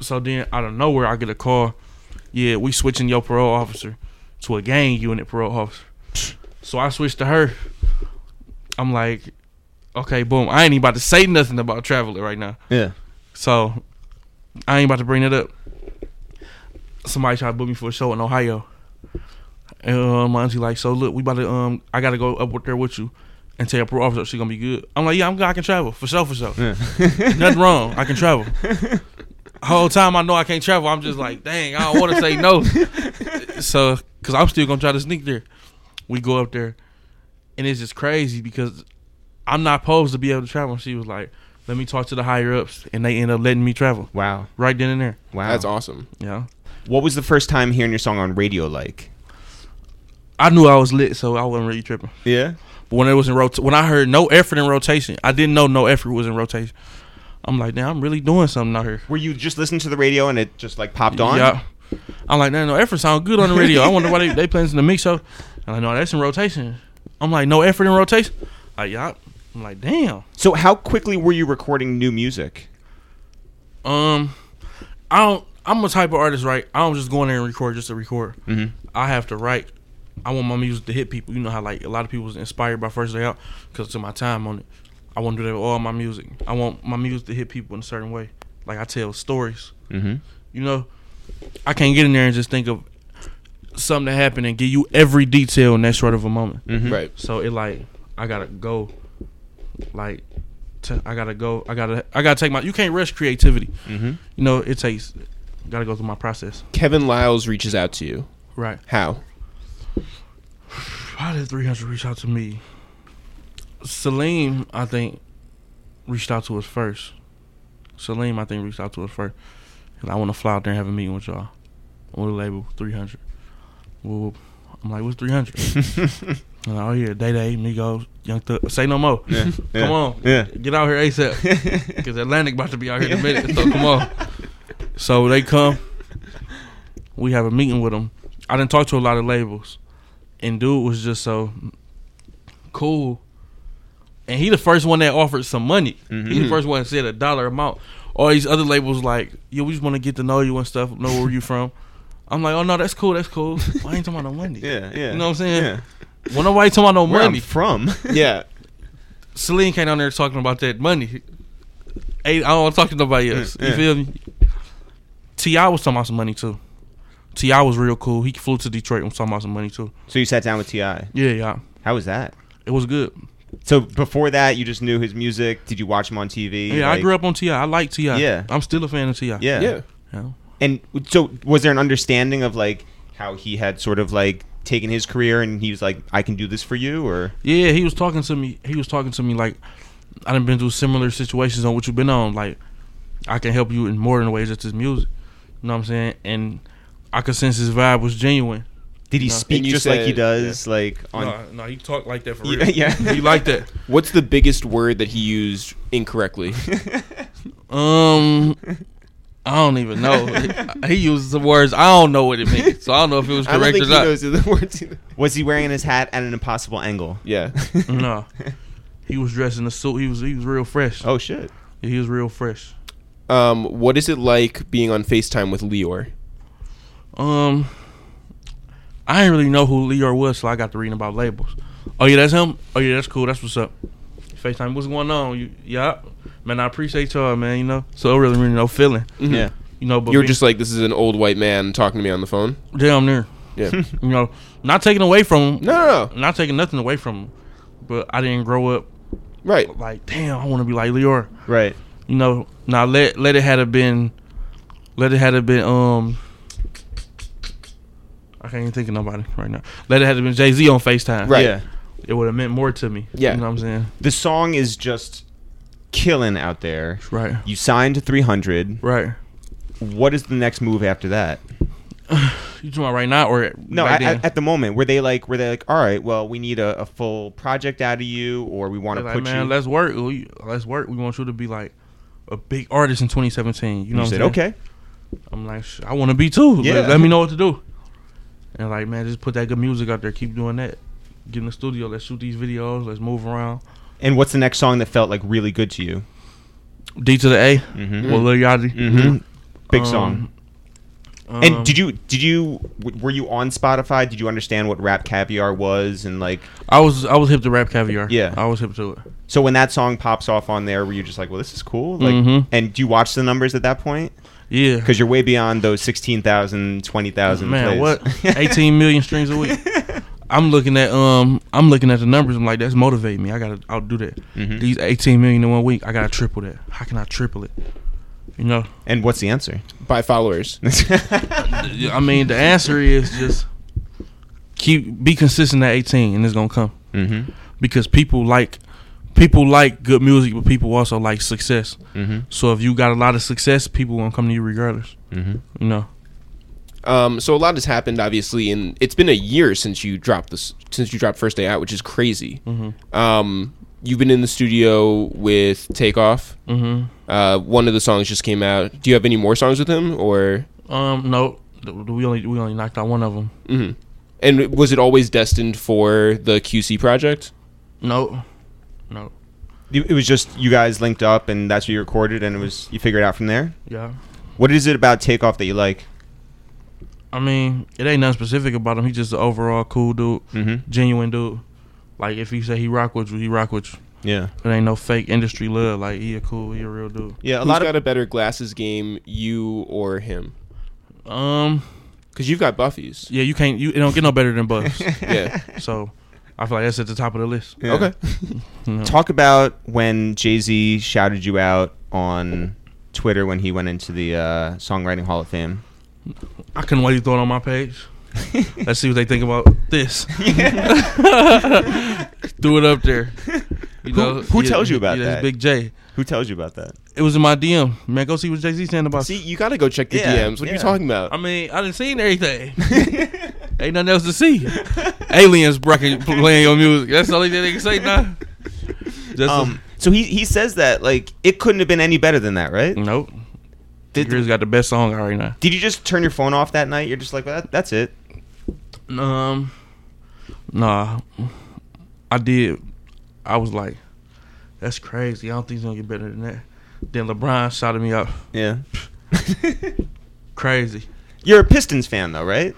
Speaker 3: So then out of nowhere, I get a call. Yeah, we switching your parole officer to a gang unit parole officer. So I switched to her. I'm like, okay, boom. I ain't even about to say nothing about traveling right now.
Speaker 2: Yeah.
Speaker 3: So I ain't about to bring it up. Somebody tried to book me for a show in Ohio. And uh, my auntie like, so look, we about to um I gotta go up with there with you and tell your parole officer she gonna be good. I'm like, yeah, I'm good, I can travel. For sure, for sure. Nothing wrong. I can travel. Whole time I know I can't travel, I'm just like, dang, I don't want to say no. So, cause I'm still gonna try to sneak there. We go up there, and it's just crazy because I'm not supposed to be able to travel. And she was like, "Let me talk to the higher ups," and they end up letting me travel
Speaker 2: (laughs) Wow.
Speaker 3: right then and there.
Speaker 2: Wow.
Speaker 1: That's awesome.
Speaker 3: Yeah,
Speaker 2: What was the first time hearing your song on radio like?
Speaker 3: I knew I was lit, so I wasn't really tripping.
Speaker 2: Yeah.
Speaker 3: But when it was in rot- when I heard no effort in rotation, I didn't know no effort was in rotation. I'm like, damn, I'm really doing something out here.
Speaker 2: Were you just listening to the radio and it just like popped on?
Speaker 3: Yeah. I'm like, no, no effort sound good on the radio. I wonder why they, they playing this in the mix show. I'm like, no, that's in rotation. I'm like, no effort in rotation. Like, yeah. I'm like, damn.
Speaker 2: So how quickly were you recording new music?
Speaker 3: Um, I don't. I'm a type of artist, right? I don't just go in there and record just to record. Mm-hmm. I have to write. I want my music to hit people. You know how like a lot of people was inspired by First Day Out because to my time on it. I want to do that with all my music. I want my music to hit people in a certain way. Like I tell stories.
Speaker 2: Mhm.
Speaker 3: You know, I can't get in there and just think of something that happened and give you every detail in that short of a moment.
Speaker 2: Mm-hmm.
Speaker 1: Right.
Speaker 3: So it like I gotta go, like to, I gotta go. I gotta I gotta take my. You can't rush creativity.
Speaker 2: (laughs)
Speaker 3: Mm-hmm. You know it takes. Gotta go through my process.
Speaker 1: Kevin Lyles reaches out to you.
Speaker 3: Right.
Speaker 1: How?
Speaker 3: How did 300 reach out to me? Salim, I think, reached out to us first. Salim, I think, reached out to us first. And I want to fly out there and have a meeting with y'all. On the label, 300. Whoop, whoop. I'm like, what's 300? and oh, yeah, Day Day, Migos, Young Thug. Say no more.
Speaker 2: yeah,
Speaker 3: (laughs) Come on.
Speaker 2: yeah.
Speaker 3: Get out
Speaker 2: (laughs)
Speaker 3: here ASAP. Because Atlantic about to be out here in a minute. So come on. So they come. We have a meeting with them. I didn't talk to a lot of labels, and dude was just so cool. And he the first one that offered some money. He
Speaker 2: Mm-hmm.
Speaker 3: the first one that said a dollar amount. All these other labels like, yeah, we just want to get to know you and stuff, know where you from. I'm like, oh no, that's cool, that's cool. Why ain't talking about no money?
Speaker 2: (laughs) yeah, yeah.
Speaker 3: You know what I'm saying?
Speaker 2: Yeah.
Speaker 3: When nobody talking about no
Speaker 2: Where
Speaker 3: money,
Speaker 2: I'm
Speaker 3: (laughs)
Speaker 2: from.
Speaker 1: Yeah.
Speaker 3: Celine came down there talking about that money. Hey, I don't want to talk to nobody else.
Speaker 2: yeah.
Speaker 3: You feel me? T.I. was talking about some money too. T.I. was real cool. He flew to Detroit and was talking about some money too.
Speaker 2: so you sat down with Ti.
Speaker 3: Yeah, yeah.
Speaker 2: How was that?
Speaker 3: It was good.
Speaker 2: So before that, you just knew his music. Did you watch him on TV?
Speaker 3: Yeah, I grew up on T.I. I like T.I.
Speaker 2: Yeah.
Speaker 3: I'm still a fan of T.I.
Speaker 1: (laughs)
Speaker 2: Yeah.
Speaker 1: Yeah.
Speaker 3: Yeah.
Speaker 2: And so was there an understanding of like how he had sort of like taken his career and he was like, I can do this for you, or
Speaker 3: Yeah, he was talking to me. He was talking to me like, I done been through similar situations on what you've been on. Like, I can help you in more than ways than just music. You know what I'm saying? And I could sense his vibe was genuine.
Speaker 2: did he
Speaker 3: No.
Speaker 2: speak
Speaker 1: And you
Speaker 2: just like he
Speaker 1: said-
Speaker 2: does, like on?
Speaker 3: no, no, he talked like that
Speaker 2: (laughs)
Speaker 3: for
Speaker 2: Yeah,
Speaker 3: real.
Speaker 2: yeah.
Speaker 3: he liked that.
Speaker 1: What's the biggest word that he used (laughs) incorrectly?
Speaker 3: Um, I don't even
Speaker 1: (laughs)
Speaker 3: know. he uses the words I don't know what it means, so I don't know if it was
Speaker 1: I don't
Speaker 3: correct
Speaker 1: think
Speaker 3: or
Speaker 1: he
Speaker 3: not.
Speaker 1: knows the (laughs) words either.
Speaker 2: (laughs) Was he wearing his hat at an impossible angle?
Speaker 1: Yeah.
Speaker 3: No, he was dressed in a suit. He was he was real fresh.
Speaker 2: Oh shit!
Speaker 3: Yeah, he was real fresh.
Speaker 1: (laughs) Um, what is it like being on FaceTime with Lior?
Speaker 3: Um, I didn't really know who Leor was, so I got to reading about labels. Oh yeah, that's him. Oh yeah, that's cool. That's what's up. Facetime, what's going on? You, yeah, man, I appreciate y'all, man. You know, so it really, really no feeling.
Speaker 2: Yeah,
Speaker 3: You know, but
Speaker 1: Mm. You're
Speaker 3: being-
Speaker 1: just like this is an old white man talking to me on the phone.
Speaker 3: damn near.
Speaker 1: Yeah.
Speaker 3: You know, not taking away from him.
Speaker 1: no, no, no.
Speaker 3: not taking nothing away from him, but I didn't grow up
Speaker 1: (laughs) Right.
Speaker 3: like, damn, I want to be like Leor.
Speaker 2: right.
Speaker 3: You know, now let let it had have been, let it had have been. Um, I can't even think of nobody right now. Let it had have been Jay Z on Facetime.
Speaker 1: Right.
Speaker 2: Yeah.
Speaker 3: it would have meant more to me.
Speaker 1: Yeah.
Speaker 3: you know what I'm saying.
Speaker 2: The song is just killing out there.
Speaker 3: Right,
Speaker 2: You signed to 300.
Speaker 3: right.
Speaker 2: What is the next move after that?
Speaker 3: You talking about right now or
Speaker 2: No, at,
Speaker 3: back then?
Speaker 2: at, at the moment, were they like, were they like, all right, well, we need a, a full project out of you, or we want
Speaker 3: They're
Speaker 2: to
Speaker 3: like,
Speaker 2: put
Speaker 3: man,
Speaker 2: you?
Speaker 3: let's work. We- Let's work. We want you to be like a big artist in 2017. You know
Speaker 2: you
Speaker 3: what I'm
Speaker 2: said,
Speaker 3: saying?
Speaker 2: okay.
Speaker 3: I'm like, "Sh- I want to be too.
Speaker 2: Yeah.
Speaker 3: Let, let me know what to do. And like, man, just put that good music out there. Keep doing that. Get in the studio. Let's shoot these videos. Let's move around.
Speaker 2: And what's the next song that felt like really good to you?
Speaker 3: D to the A
Speaker 2: Mm-hmm.
Speaker 3: with Lil Yachty.
Speaker 2: Mm-hmm. Big
Speaker 3: Um,
Speaker 2: song.
Speaker 3: Um,
Speaker 2: And did you did you w- were you on Spotify? Did you understand what Rap Caviar was and like?
Speaker 3: I was I was hip to rap caviar.
Speaker 2: Yeah.
Speaker 3: I was hip to it.
Speaker 2: So when that song pops off on there, were you just like, well, this is cool? Like,
Speaker 3: Mhm.
Speaker 2: and do you watch the numbers at that point?
Speaker 3: Yeah,
Speaker 2: Because you're way beyond those 16,000, 20,000
Speaker 3: man,
Speaker 2: plays. (laughs)
Speaker 3: what? 18 million streams a week. I'm looking at um I'm looking at the numbers. I'm like, that's motivating me. I gotta outdo that.
Speaker 2: Mhm.
Speaker 3: These 18 million in one week, I gotta triple that. How can I triple it? You know,
Speaker 2: and what's the
Speaker 3: (laughs)
Speaker 2: answer?
Speaker 1: By followers. (laughs)
Speaker 3: Yeah, I mean, the answer is just keep be consistent at 18, and it's gonna come
Speaker 2: Mm-hmm.
Speaker 3: because people like people like good music, but people also like success.
Speaker 2: Mm-hmm.
Speaker 3: So if you got a lot of success, people gonna come to you regardless.
Speaker 2: Mm-hmm.
Speaker 3: You know,
Speaker 1: Um, so a lot has happened, obviously, and it's been a year since you dropped this, since you dropped first day out, which is crazy. Um, you've been in the studio with Takeoff.
Speaker 3: mm-hmm.
Speaker 1: Uh, one of the songs just came out. Do you have any more songs with him, or?
Speaker 3: um, no, th- we only we only knocked out one of them.
Speaker 1: Mhm. And was it always destined for the QC project?
Speaker 3: No, no,
Speaker 2: It it was just you guys linked up, and that's what you recorded, and it was you figured it out from there.
Speaker 3: Yeah.
Speaker 2: What is it about Takeoff that you like?
Speaker 3: I mean, it ain't nothing specific about him. He's just an overall cool dude,
Speaker 2: Mm-hmm.
Speaker 3: genuine dude. Like if you say he rock with you, he rock with you.
Speaker 2: Yeah,
Speaker 3: It ain't no fake industry love. Like he a cool, he a real dude.
Speaker 2: yeah. A
Speaker 1: Who's
Speaker 2: lot
Speaker 1: got a
Speaker 2: of
Speaker 1: better glasses game, you or him?
Speaker 3: Um,
Speaker 1: Because you've got (laughs) Buffy's.
Speaker 3: yeah, you can't. You it don't get no better than
Speaker 2: (laughs)
Speaker 3: Buffs.
Speaker 1: Yeah.
Speaker 3: so I feel like that's at the top of the list.
Speaker 2: Yeah.
Speaker 3: (laughs)
Speaker 1: Okay.
Speaker 3: You know?
Speaker 2: Talk about when Jay Z shouted you out on Twitter when he went into the uh, Songwriting Hall of Fame.
Speaker 3: I couldn't wait to throw it on my
Speaker 2: (laughs)
Speaker 3: page. Let's see what they think about this. Threw it
Speaker 2: (laughs)
Speaker 3: up there. You
Speaker 2: Who- who tells you about
Speaker 3: yeah, that's
Speaker 2: that?
Speaker 3: Big J.
Speaker 2: Who tells you about (laughs) that?
Speaker 3: It was in my DM. Man, go see what Jay Z saying about.
Speaker 1: See, you got to go check your
Speaker 2: Yeah,
Speaker 1: DMs. What are
Speaker 2: yeah.
Speaker 1: you talking about?
Speaker 3: I mean, I didn't seen everything. (laughs) Ain't nothing else to see.
Speaker 2: (laughs)
Speaker 3: Aliens breaking playing your music. That's the only thing they can say now. Just
Speaker 2: Um, so he he says that like it couldn't have been any better than that, right?
Speaker 3: nope.
Speaker 2: Did-
Speaker 3: Grizz got the best song out right now.
Speaker 2: Did you just turn your phone off that night? You're just like, well, that, that's it.
Speaker 3: Um, nah, I did. I was like, that's crazy. I don't think it's gonna get better than that. Then LeBron shouted me out,
Speaker 2: (laughs) Yeah.
Speaker 3: crazy.
Speaker 2: You're a Pistons fan though,
Speaker 3: (laughs)
Speaker 2: right?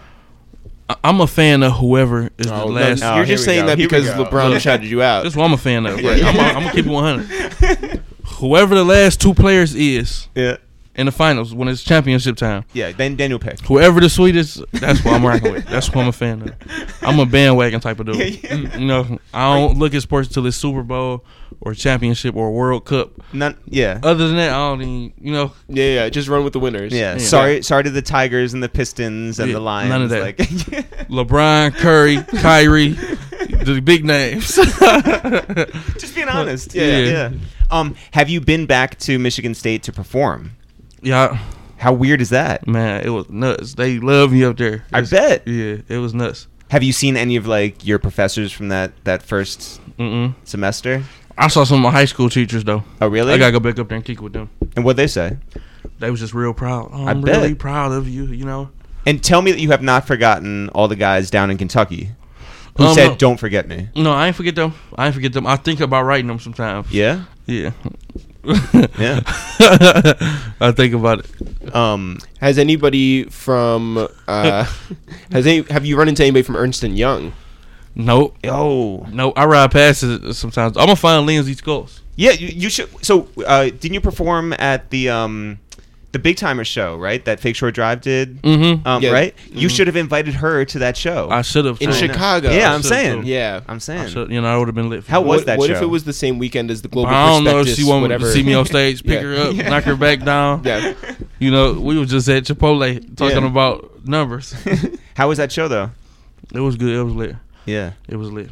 Speaker 3: I- I'm a fan of whoever is
Speaker 1: Oh,
Speaker 3: the last.
Speaker 1: you're
Speaker 2: no. Oh, here we
Speaker 1: just saying
Speaker 2: go,
Speaker 1: that
Speaker 2: here we
Speaker 1: because
Speaker 2: go.
Speaker 1: LeBron shouted you out.
Speaker 3: That's what I'm a fan of.
Speaker 2: Yeah. (laughs)
Speaker 3: Right? I'm, I'm gonna keep it 100. Whoever the last two players is
Speaker 2: Yeah.
Speaker 3: in the finals when it's championship time,
Speaker 2: Yeah. Then then you'll pick.
Speaker 3: whoever the sweetest, that's what I'm rocking with. That's what I'm a fan of. I'm a bandwagon type of dude.
Speaker 2: Yeah, (laughs) yeah.
Speaker 3: Mm, You know, I don't look at sports till it's Super Bowl or championship or World Cup.
Speaker 2: None. Yeah.
Speaker 3: Other than that, I don't even, you know,
Speaker 1: Yeah, yeah. Just run with the winners.
Speaker 2: yeah.
Speaker 3: yeah.
Speaker 2: Sorry. Sorry to the Tigers and the Pistons and
Speaker 3: Yeah,
Speaker 2: the Lions.
Speaker 3: none of that.
Speaker 2: Like, (laughs)
Speaker 3: LeBron, Curry, Kyrie, the big names. (laughs)
Speaker 2: just being honest.
Speaker 3: Yeah.
Speaker 2: Yeah, yeah. Um, have you been back to Michigan State to perform?
Speaker 3: yeah,
Speaker 2: How weird is that?
Speaker 3: man, it was nuts. They love me up there.
Speaker 2: I
Speaker 3: It's-
Speaker 2: bet.
Speaker 3: Yeah, it was nuts.
Speaker 2: Have you seen any of like your professors from that that first
Speaker 3: Mm-mm.
Speaker 2: semester?
Speaker 3: I saw some of my high school teachers though.
Speaker 2: Oh, really?
Speaker 3: I gotta go back up there and kick it with them.
Speaker 2: and what they say?
Speaker 3: They was just real proud. Oh,
Speaker 2: I
Speaker 3: I'm
Speaker 2: bet.
Speaker 3: really proud of you. You know,
Speaker 2: And tell me that you have not forgotten all the guys down in Kentucky who
Speaker 3: Um,
Speaker 2: said,
Speaker 3: no.
Speaker 2: "Don't forget me."
Speaker 3: no, I ain't forget them. I ain't forget them. I think about writing them sometimes.
Speaker 2: Yeah,
Speaker 3: Yeah, (laughs)
Speaker 2: yeah.
Speaker 3: I think about it.
Speaker 2: um,
Speaker 1: Has anybody from uh, has any have you run into anybody from Ernst and Young?
Speaker 3: Nope,
Speaker 2: oh,
Speaker 3: nope. I ride past it sometimes. I'm gonna find Lindsay Skulls.
Speaker 2: yeah. You, you should. So, uh, didn't you perform at the um, the Big Timer show, right? That Fake Shore Drive did.
Speaker 3: Mm-hmm.
Speaker 2: Um,
Speaker 1: Yeah.
Speaker 2: Right. You should have invited her to that show.
Speaker 3: I should have
Speaker 1: In
Speaker 3: too.
Speaker 1: Chicago.
Speaker 2: yeah,
Speaker 1: I
Speaker 2: I'm
Speaker 3: should've
Speaker 2: saying.
Speaker 3: too.
Speaker 1: Yeah.
Speaker 2: I'm
Speaker 3: I
Speaker 2: saying.
Speaker 3: should, you know, I would have been lit. For
Speaker 2: How
Speaker 3: that.
Speaker 2: Mm. was
Speaker 1: what,
Speaker 2: that
Speaker 1: What
Speaker 2: show?
Speaker 1: if it was the same weekend as the Global
Speaker 3: I don't know if
Speaker 1: Prospectus,
Speaker 3: she wanted
Speaker 1: whatever. (laughs)
Speaker 3: to see me on stage, pick her up, knock her back down.
Speaker 1: Yeah.
Speaker 3: You know, we were just at Chipotle talking
Speaker 2: Yeah.
Speaker 3: about numbers.
Speaker 2: (laughs) How was that show though?
Speaker 3: it was good. It was lit.
Speaker 2: Yeah.
Speaker 3: It was lit.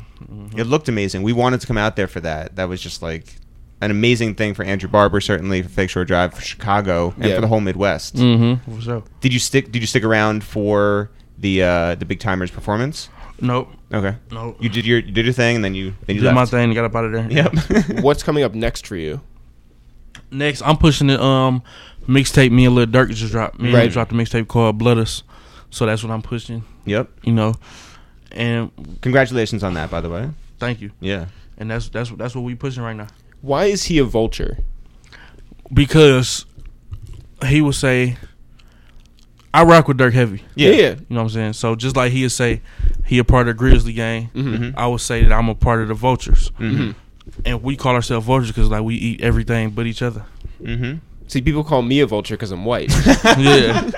Speaker 2: It looked amazing. We wanted to come out there for that. That was just like an amazing thing for Andrew Barber, certainly for Fake Shore Drive, for Chicago, and
Speaker 1: Yeah.
Speaker 2: for the whole Midwest.
Speaker 3: Mm-hmm. For sure.
Speaker 2: Did you stick? Did you stick around for the uh, the Big Timers performance?
Speaker 3: Nope.
Speaker 2: Okay,
Speaker 3: Nope.
Speaker 2: you did your you did your thing, and then you then you
Speaker 3: did my
Speaker 2: left.
Speaker 3: thing and got up out of there. (laughs)
Speaker 2: Yep.
Speaker 1: What's coming up next for you?
Speaker 3: Next, I'm pushing the um mixtape. Me and Lil Durk just dropped. Me and
Speaker 1: Right.
Speaker 3: him dropped a mixtape called Blood Us. So that's what I'm pushing.
Speaker 2: yep.
Speaker 3: You know, and
Speaker 2: Congratulations on that, by the way.
Speaker 3: thank you.
Speaker 2: Yeah.
Speaker 3: And that's that's that's what we pushing right now.
Speaker 1: Why is he a vulture?
Speaker 3: Because he will say, "I rock with Dirk heavy."
Speaker 2: Yeah.
Speaker 3: You know what I'm saying? So just like he'd say he a part of the Grizzly gang,
Speaker 1: Mhm.
Speaker 2: Mm-hmm.
Speaker 3: I would say that I'm a part of the Vultures.
Speaker 1: Mm-hmm.
Speaker 2: Mhm.
Speaker 3: And we call ourselves Vultures because like we eat everything but each (laughs) other.
Speaker 2: Mhm.
Speaker 1: See, people call me a vulture because I'm (laughs) white.
Speaker 3: yeah,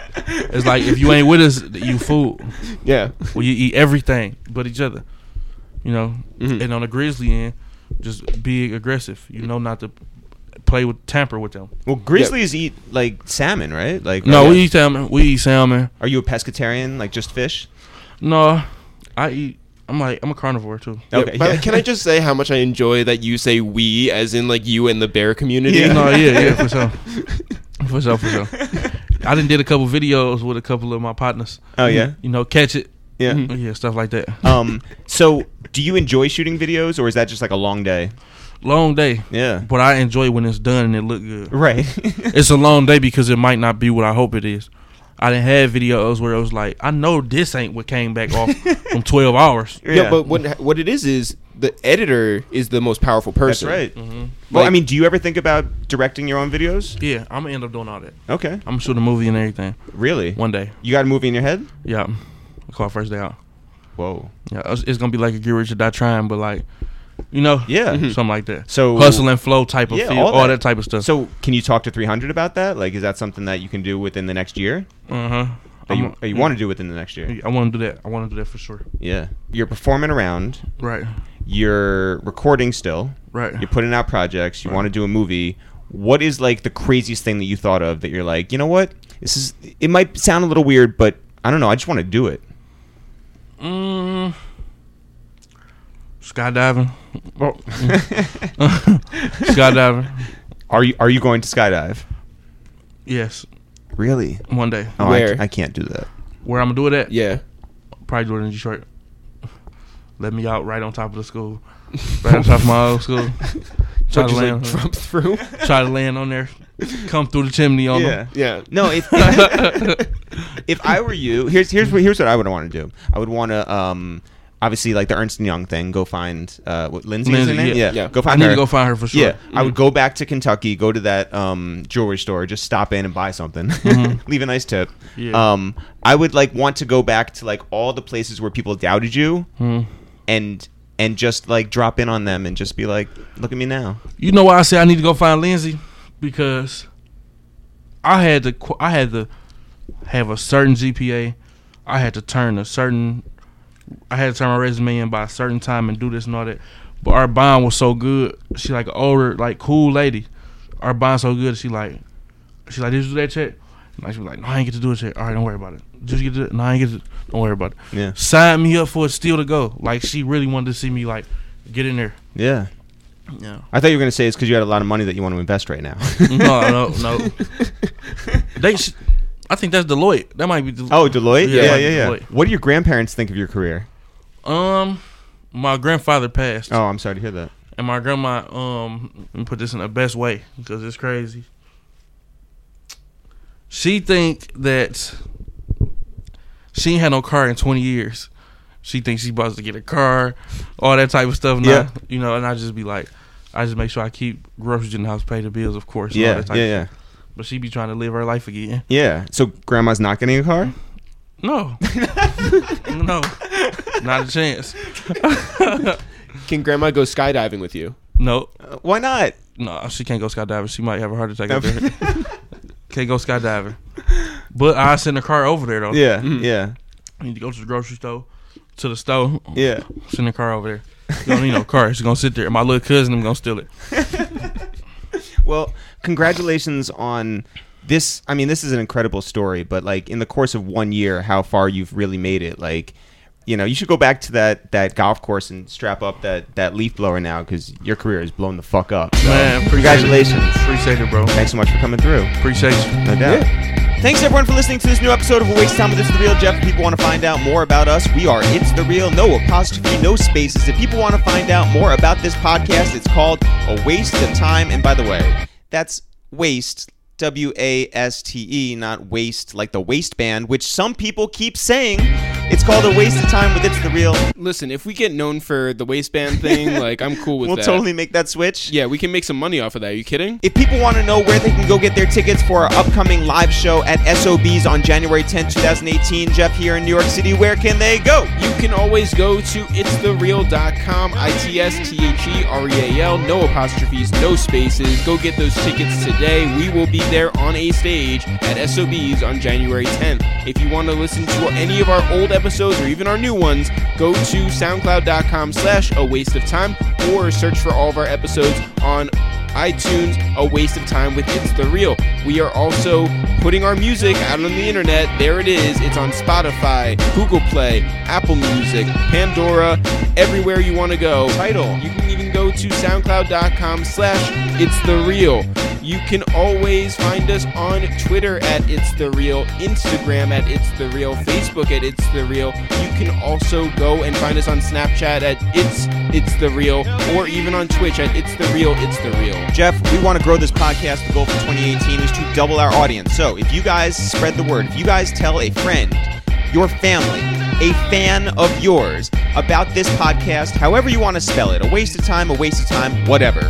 Speaker 3: it's like if you ain't with us, you fool.
Speaker 1: (laughs) yeah.
Speaker 3: Well, you eat everything but each other. You know,
Speaker 1: Mhm.
Speaker 3: and on the Grizzly end, just be aggressive. You know not to play with tamper with them.
Speaker 2: Well, grizzlies eat like salmon, right? Like
Speaker 3: No,
Speaker 2: Are,
Speaker 3: we eat salmon. We eat salmon.
Speaker 2: are you a pescatarian, like just fish?
Speaker 3: No, I eat. I'm like I'm a carnivore too.
Speaker 2: Okay.
Speaker 1: By the way,
Speaker 2: yeah.
Speaker 1: Can I just say how much I enjoy that you say we, as in like you and the bear community?
Speaker 2: Yeah.
Speaker 3: No, yeah, yeah,
Speaker 2: (laughs)
Speaker 3: for sure. For sure, for sure. I done did a couple videos with a couple of my partners.
Speaker 2: oh yeah.
Speaker 3: You know, catch it. Mm-hmm.
Speaker 2: Yeah.
Speaker 3: Yeah, stuff like that.
Speaker 2: um. So, do you enjoy shooting videos, or is that just like a long day?
Speaker 3: Long day.
Speaker 2: Yeah.
Speaker 3: But I enjoy when it's done and it look good.
Speaker 2: Right. (laughs)
Speaker 3: It's a long day because it might not be what I hope it is. I didn't have videos where it was like, I know this ain't what came back
Speaker 2: (laughs)
Speaker 3: off from twelve hours.
Speaker 1: Yeah, but what what it is is the editor is the most powerful
Speaker 2: that's
Speaker 1: person.
Speaker 3: Mm-hmm.
Speaker 2: right. Well, I
Speaker 1: Like-
Speaker 2: mean, do you ever think about directing your own videos?
Speaker 3: Yeah, I'm gonna end up doing all that.
Speaker 2: Okay,
Speaker 3: I'm gonna shoot a movie and everything
Speaker 2: really?
Speaker 3: one day.
Speaker 2: You got a movie in your head?
Speaker 3: Yeah, I call it first day out.
Speaker 2: Whoa.
Speaker 3: Yeah, it's, it's gonna be like a get rich or die trying, but like, you know,
Speaker 2: Yeah. Mhm.
Speaker 3: something like that.
Speaker 2: So-
Speaker 3: hustle and flow type of
Speaker 2: Yeah,
Speaker 3: feel,
Speaker 2: all
Speaker 3: all,
Speaker 2: that.
Speaker 3: that. type of stuff.
Speaker 2: So, can you talk to 300 about that? Like, is that something that you can do within the next year?
Speaker 3: uh huh.
Speaker 2: That you, that you want to do within the next year?
Speaker 3: I want to do that. I want to do that for sure.
Speaker 2: Yeah. You're performing around.
Speaker 3: Right.
Speaker 2: You're recording still.
Speaker 3: Right.
Speaker 2: You're putting out projects. You want to do a movie. What is like the craziest thing that you thought of that you're like, you know what? This is. It might sound a little weird, but I don't know. I just want to do it.
Speaker 3: Mm, skydiving.
Speaker 2: Oh.
Speaker 3: (laughs) skydiving.
Speaker 2: Are you Are you going to skydive?
Speaker 3: Yes.
Speaker 2: Really?
Speaker 3: One day.
Speaker 2: Oh, I,
Speaker 1: Where?
Speaker 2: I can't do that.
Speaker 3: Where I'm gonna do it at?
Speaker 1: Yeah.
Speaker 3: Probably do it in Detroit. Let me out right on top of the school. Right on top of my
Speaker 2: (laughs)
Speaker 3: old school.
Speaker 1: So
Speaker 3: Try to
Speaker 1: just like
Speaker 3: land.
Speaker 1: drop through.
Speaker 3: try to land on there. Come through the chimney on them.
Speaker 1: yeah.
Speaker 2: No, if (laughs) if I were you, here's here's what here's what I would want to do. I would want to um obviously like the Ernst and Young thing. Go find uh what, Lindsay, is her
Speaker 3: Lindsay,
Speaker 2: name?
Speaker 3: yeah.
Speaker 1: Yeah.
Speaker 2: go
Speaker 3: I
Speaker 2: find
Speaker 3: need
Speaker 2: her.
Speaker 3: to go find her for sure.
Speaker 2: Yeah, I would go back to Kentucky, go to that um, jewelry store, just stop in and buy something, (laughs) leave a nice tip.
Speaker 3: Yeah.
Speaker 2: Um, I would like want to go back to like all the places where people doubted you,
Speaker 3: Mm.
Speaker 2: and and just like drop in on them and just be like, look at me now.
Speaker 3: You know why I say I need to go find Lindsay? Because I had to qu- I had to have a certain GPA. I had to turn a certain I had to turn my resume in by a certain time and do this and all that. But our bond was so good. She like an older, like cool lady. Our bond so good. She like she like did you do that check? And I she was like, no, I ain't get to do a check. All right, don't worry about it. Did you get to? do it? No, I ain't get to. Don't worry about it.
Speaker 2: Yeah.
Speaker 3: Sign me up for a steal to go. Like she really wanted to see me like get in there.
Speaker 2: Yeah.
Speaker 3: Yeah.
Speaker 2: I thought you were gonna say it's because you had a lot of money that you want to invest (laughs) right now.
Speaker 3: (laughs) no, no, no. They, sh- I think that's Deloitte. That might be. Del-
Speaker 2: Oh, Deloitte? Yeah, yeah,
Speaker 3: Yeah, like
Speaker 2: yeah.
Speaker 3: Deloitte.
Speaker 2: What do your grandparents think of your career?
Speaker 3: Um, my grandfather passed,
Speaker 2: Oh, I'm sorry to hear that.
Speaker 3: and my grandma. Um, let me put this in the best way because it's crazy. She think that she ain't had no car in twenty years. She thinks she about to get a car, all that type of stuff. Now,
Speaker 2: Yeah.
Speaker 3: you know, and I just be like, I just make sure I keep groceries in the house, pay the bills, of course. and all
Speaker 2: Yeah,
Speaker 3: that
Speaker 2: yeah,
Speaker 3: type of-
Speaker 2: yeah.
Speaker 3: But she be trying to live her life again.
Speaker 2: Yeah. So grandma's not getting a car? (laughs)
Speaker 3: No. no. Not a chance.
Speaker 1: Can grandma go skydiving with you?
Speaker 3: No.
Speaker 2: Uh, why not?
Speaker 3: No, she can't go skydiving. She might have a heart attack.
Speaker 2: (laughs)
Speaker 3: up there. can't go skydiving. But I send the car over there, though.
Speaker 2: yeah, yeah,
Speaker 3: I need to go to the grocery store, to the store,
Speaker 2: yeah.
Speaker 3: send the car over there. You don't need no car. She's going to sit there. And my little cousin, I'm going to steal it.
Speaker 2: Well, congratulations on this. I mean, this is an incredible story, but like in the course of one year, how far you've really made it. Like, you know, you should go back to that that golf course and strap up that that leaf blower now because your career is blown the fuck up. So,
Speaker 3: Man, appreciate it.
Speaker 2: congratulations.
Speaker 3: Appreciate it, bro.
Speaker 2: Thanks so much for coming through.
Speaker 3: Appreciate you.
Speaker 2: No doubt. Thanks everyone for listening to this new episode of A Waste of Time with It's the Real Jeff. If people want to find out more about us, we are It's the Real, no apostrophe, no spaces. If people want to find out more about this podcast, it's called A Waste of Time. And by the way, that's waste. W A S T E, not waste like the waistband, which some people keep saying. It's called a waste of time with It's the Real.
Speaker 1: Listen, if we get known for the waistband thing, like I'm cool with
Speaker 2: We'll
Speaker 1: that.
Speaker 2: totally make that switch.
Speaker 1: Yeah, we can make some money off of that. Are you kidding?
Speaker 2: If people want to know where they can go get their tickets for our upcoming live show at SOB's on January 10, 2018, Jeff here in New York City, where can they go?
Speaker 1: You can always go to itsthereal.com, I T S T H E R E A L, no apostrophes, no spaces. Go get those tickets today. We will be there on a stage at SOB's on January 10th. If you want to listen to any of our old episodes or even our new ones, go to soundcloud.com slash a waste of time or search for all of our episodes on iTunes, a waste of time with It's the Real. We are also putting our music out on the internet. There it is. It's on Spotify, Google Play, Apple Music, Pandora, everywhere you want to go.
Speaker 2: Title.
Speaker 1: You can even go to soundcloud.com slash it's the real. You can always find us on Twitter at It's The Real, Instagram at It's The Real, Facebook at It's The Real. You can also go and find us on Snapchat at It's It's The Real, or even on Twitch at It's The Real, It's The Real.
Speaker 2: Jeff, we want to grow this podcast. The goal for 2018 is to double our audience. So if you guys spread the word, if you guys tell a friend, your family, a fan of yours about this podcast, however you want to spell it, a waste of time, a waste of time, whatever.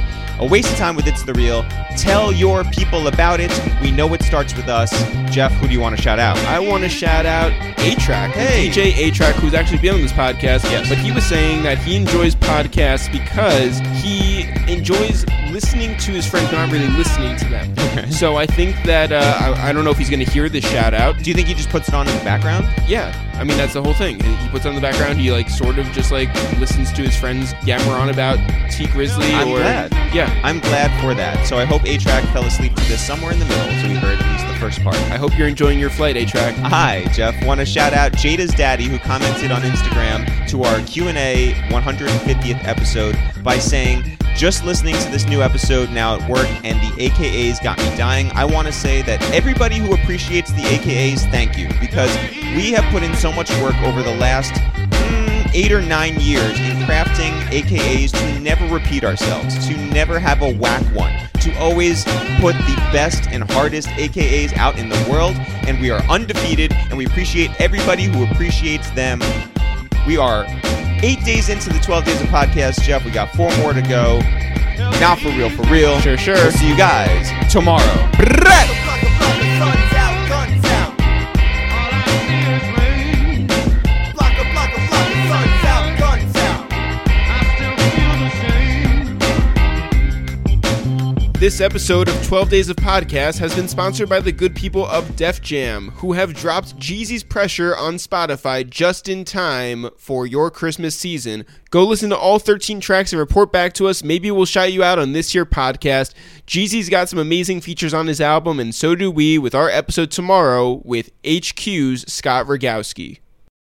Speaker 2: A waste of time with It's the Real. Tell your people about it. We know it starts with us. Jeff, who do you want to shout out?
Speaker 1: I want to shout out A Track,
Speaker 2: Hey.
Speaker 1: DJ A Track, who's actually been on this podcast.
Speaker 2: Yes.
Speaker 1: But he was saying that he enjoys podcasts because he enjoys listening to his friends, not really listening to them.
Speaker 2: Okay.
Speaker 1: So I think that uh, I, I don't know if he's going to hear this shout out.
Speaker 2: (laughs) Do you think he just puts it on in the background?
Speaker 1: Yeah, I mean that's the whole thing. He he puts on the background. He like sort of just like listens to his friends yammer on about T Grizzly
Speaker 2: I'm
Speaker 1: or
Speaker 2: glad.
Speaker 1: yeah.
Speaker 2: I'm glad for that. So I hope A Track fell asleep to this somewhere in the middle, so we heard at least the first part.
Speaker 1: I hope you're enjoying your flight, A Track.
Speaker 2: Hi, Jeff. Want to shout out Jada's daddy who commented on Instagram to our Q&A 150th episode by saying, "Just listening to this new episode now at work and the AKAs got me dying. I want to say that everybody who appreciates the AKAs, thank you because we have put in so much work over the last mm, Eight or nine years in crafting AKAs to never repeat ourselves, to never have a whack one, to always put the best and hardest AKAs out in the world, and we are undefeated, and we appreciate everybody who appreciates them. We are eight days into the 12 days of podcast, Jeff. We got four more to go. Now for real, for real.
Speaker 1: Sure, sure.
Speaker 2: We'll see you guys tomorrow. Brett!
Speaker 1: This episode of 12 Days of Podcast has been sponsored by the good people of Def Jam, who have dropped Jeezy's Pressure on Spotify just in time for your Christmas season. Go listen to all 13 tracks and report back to us. Maybe we'll shout you out on this year podcast. Jeezy's got some amazing features on his album, and so do we with our episode tomorrow with HQ's Scott Rogowski.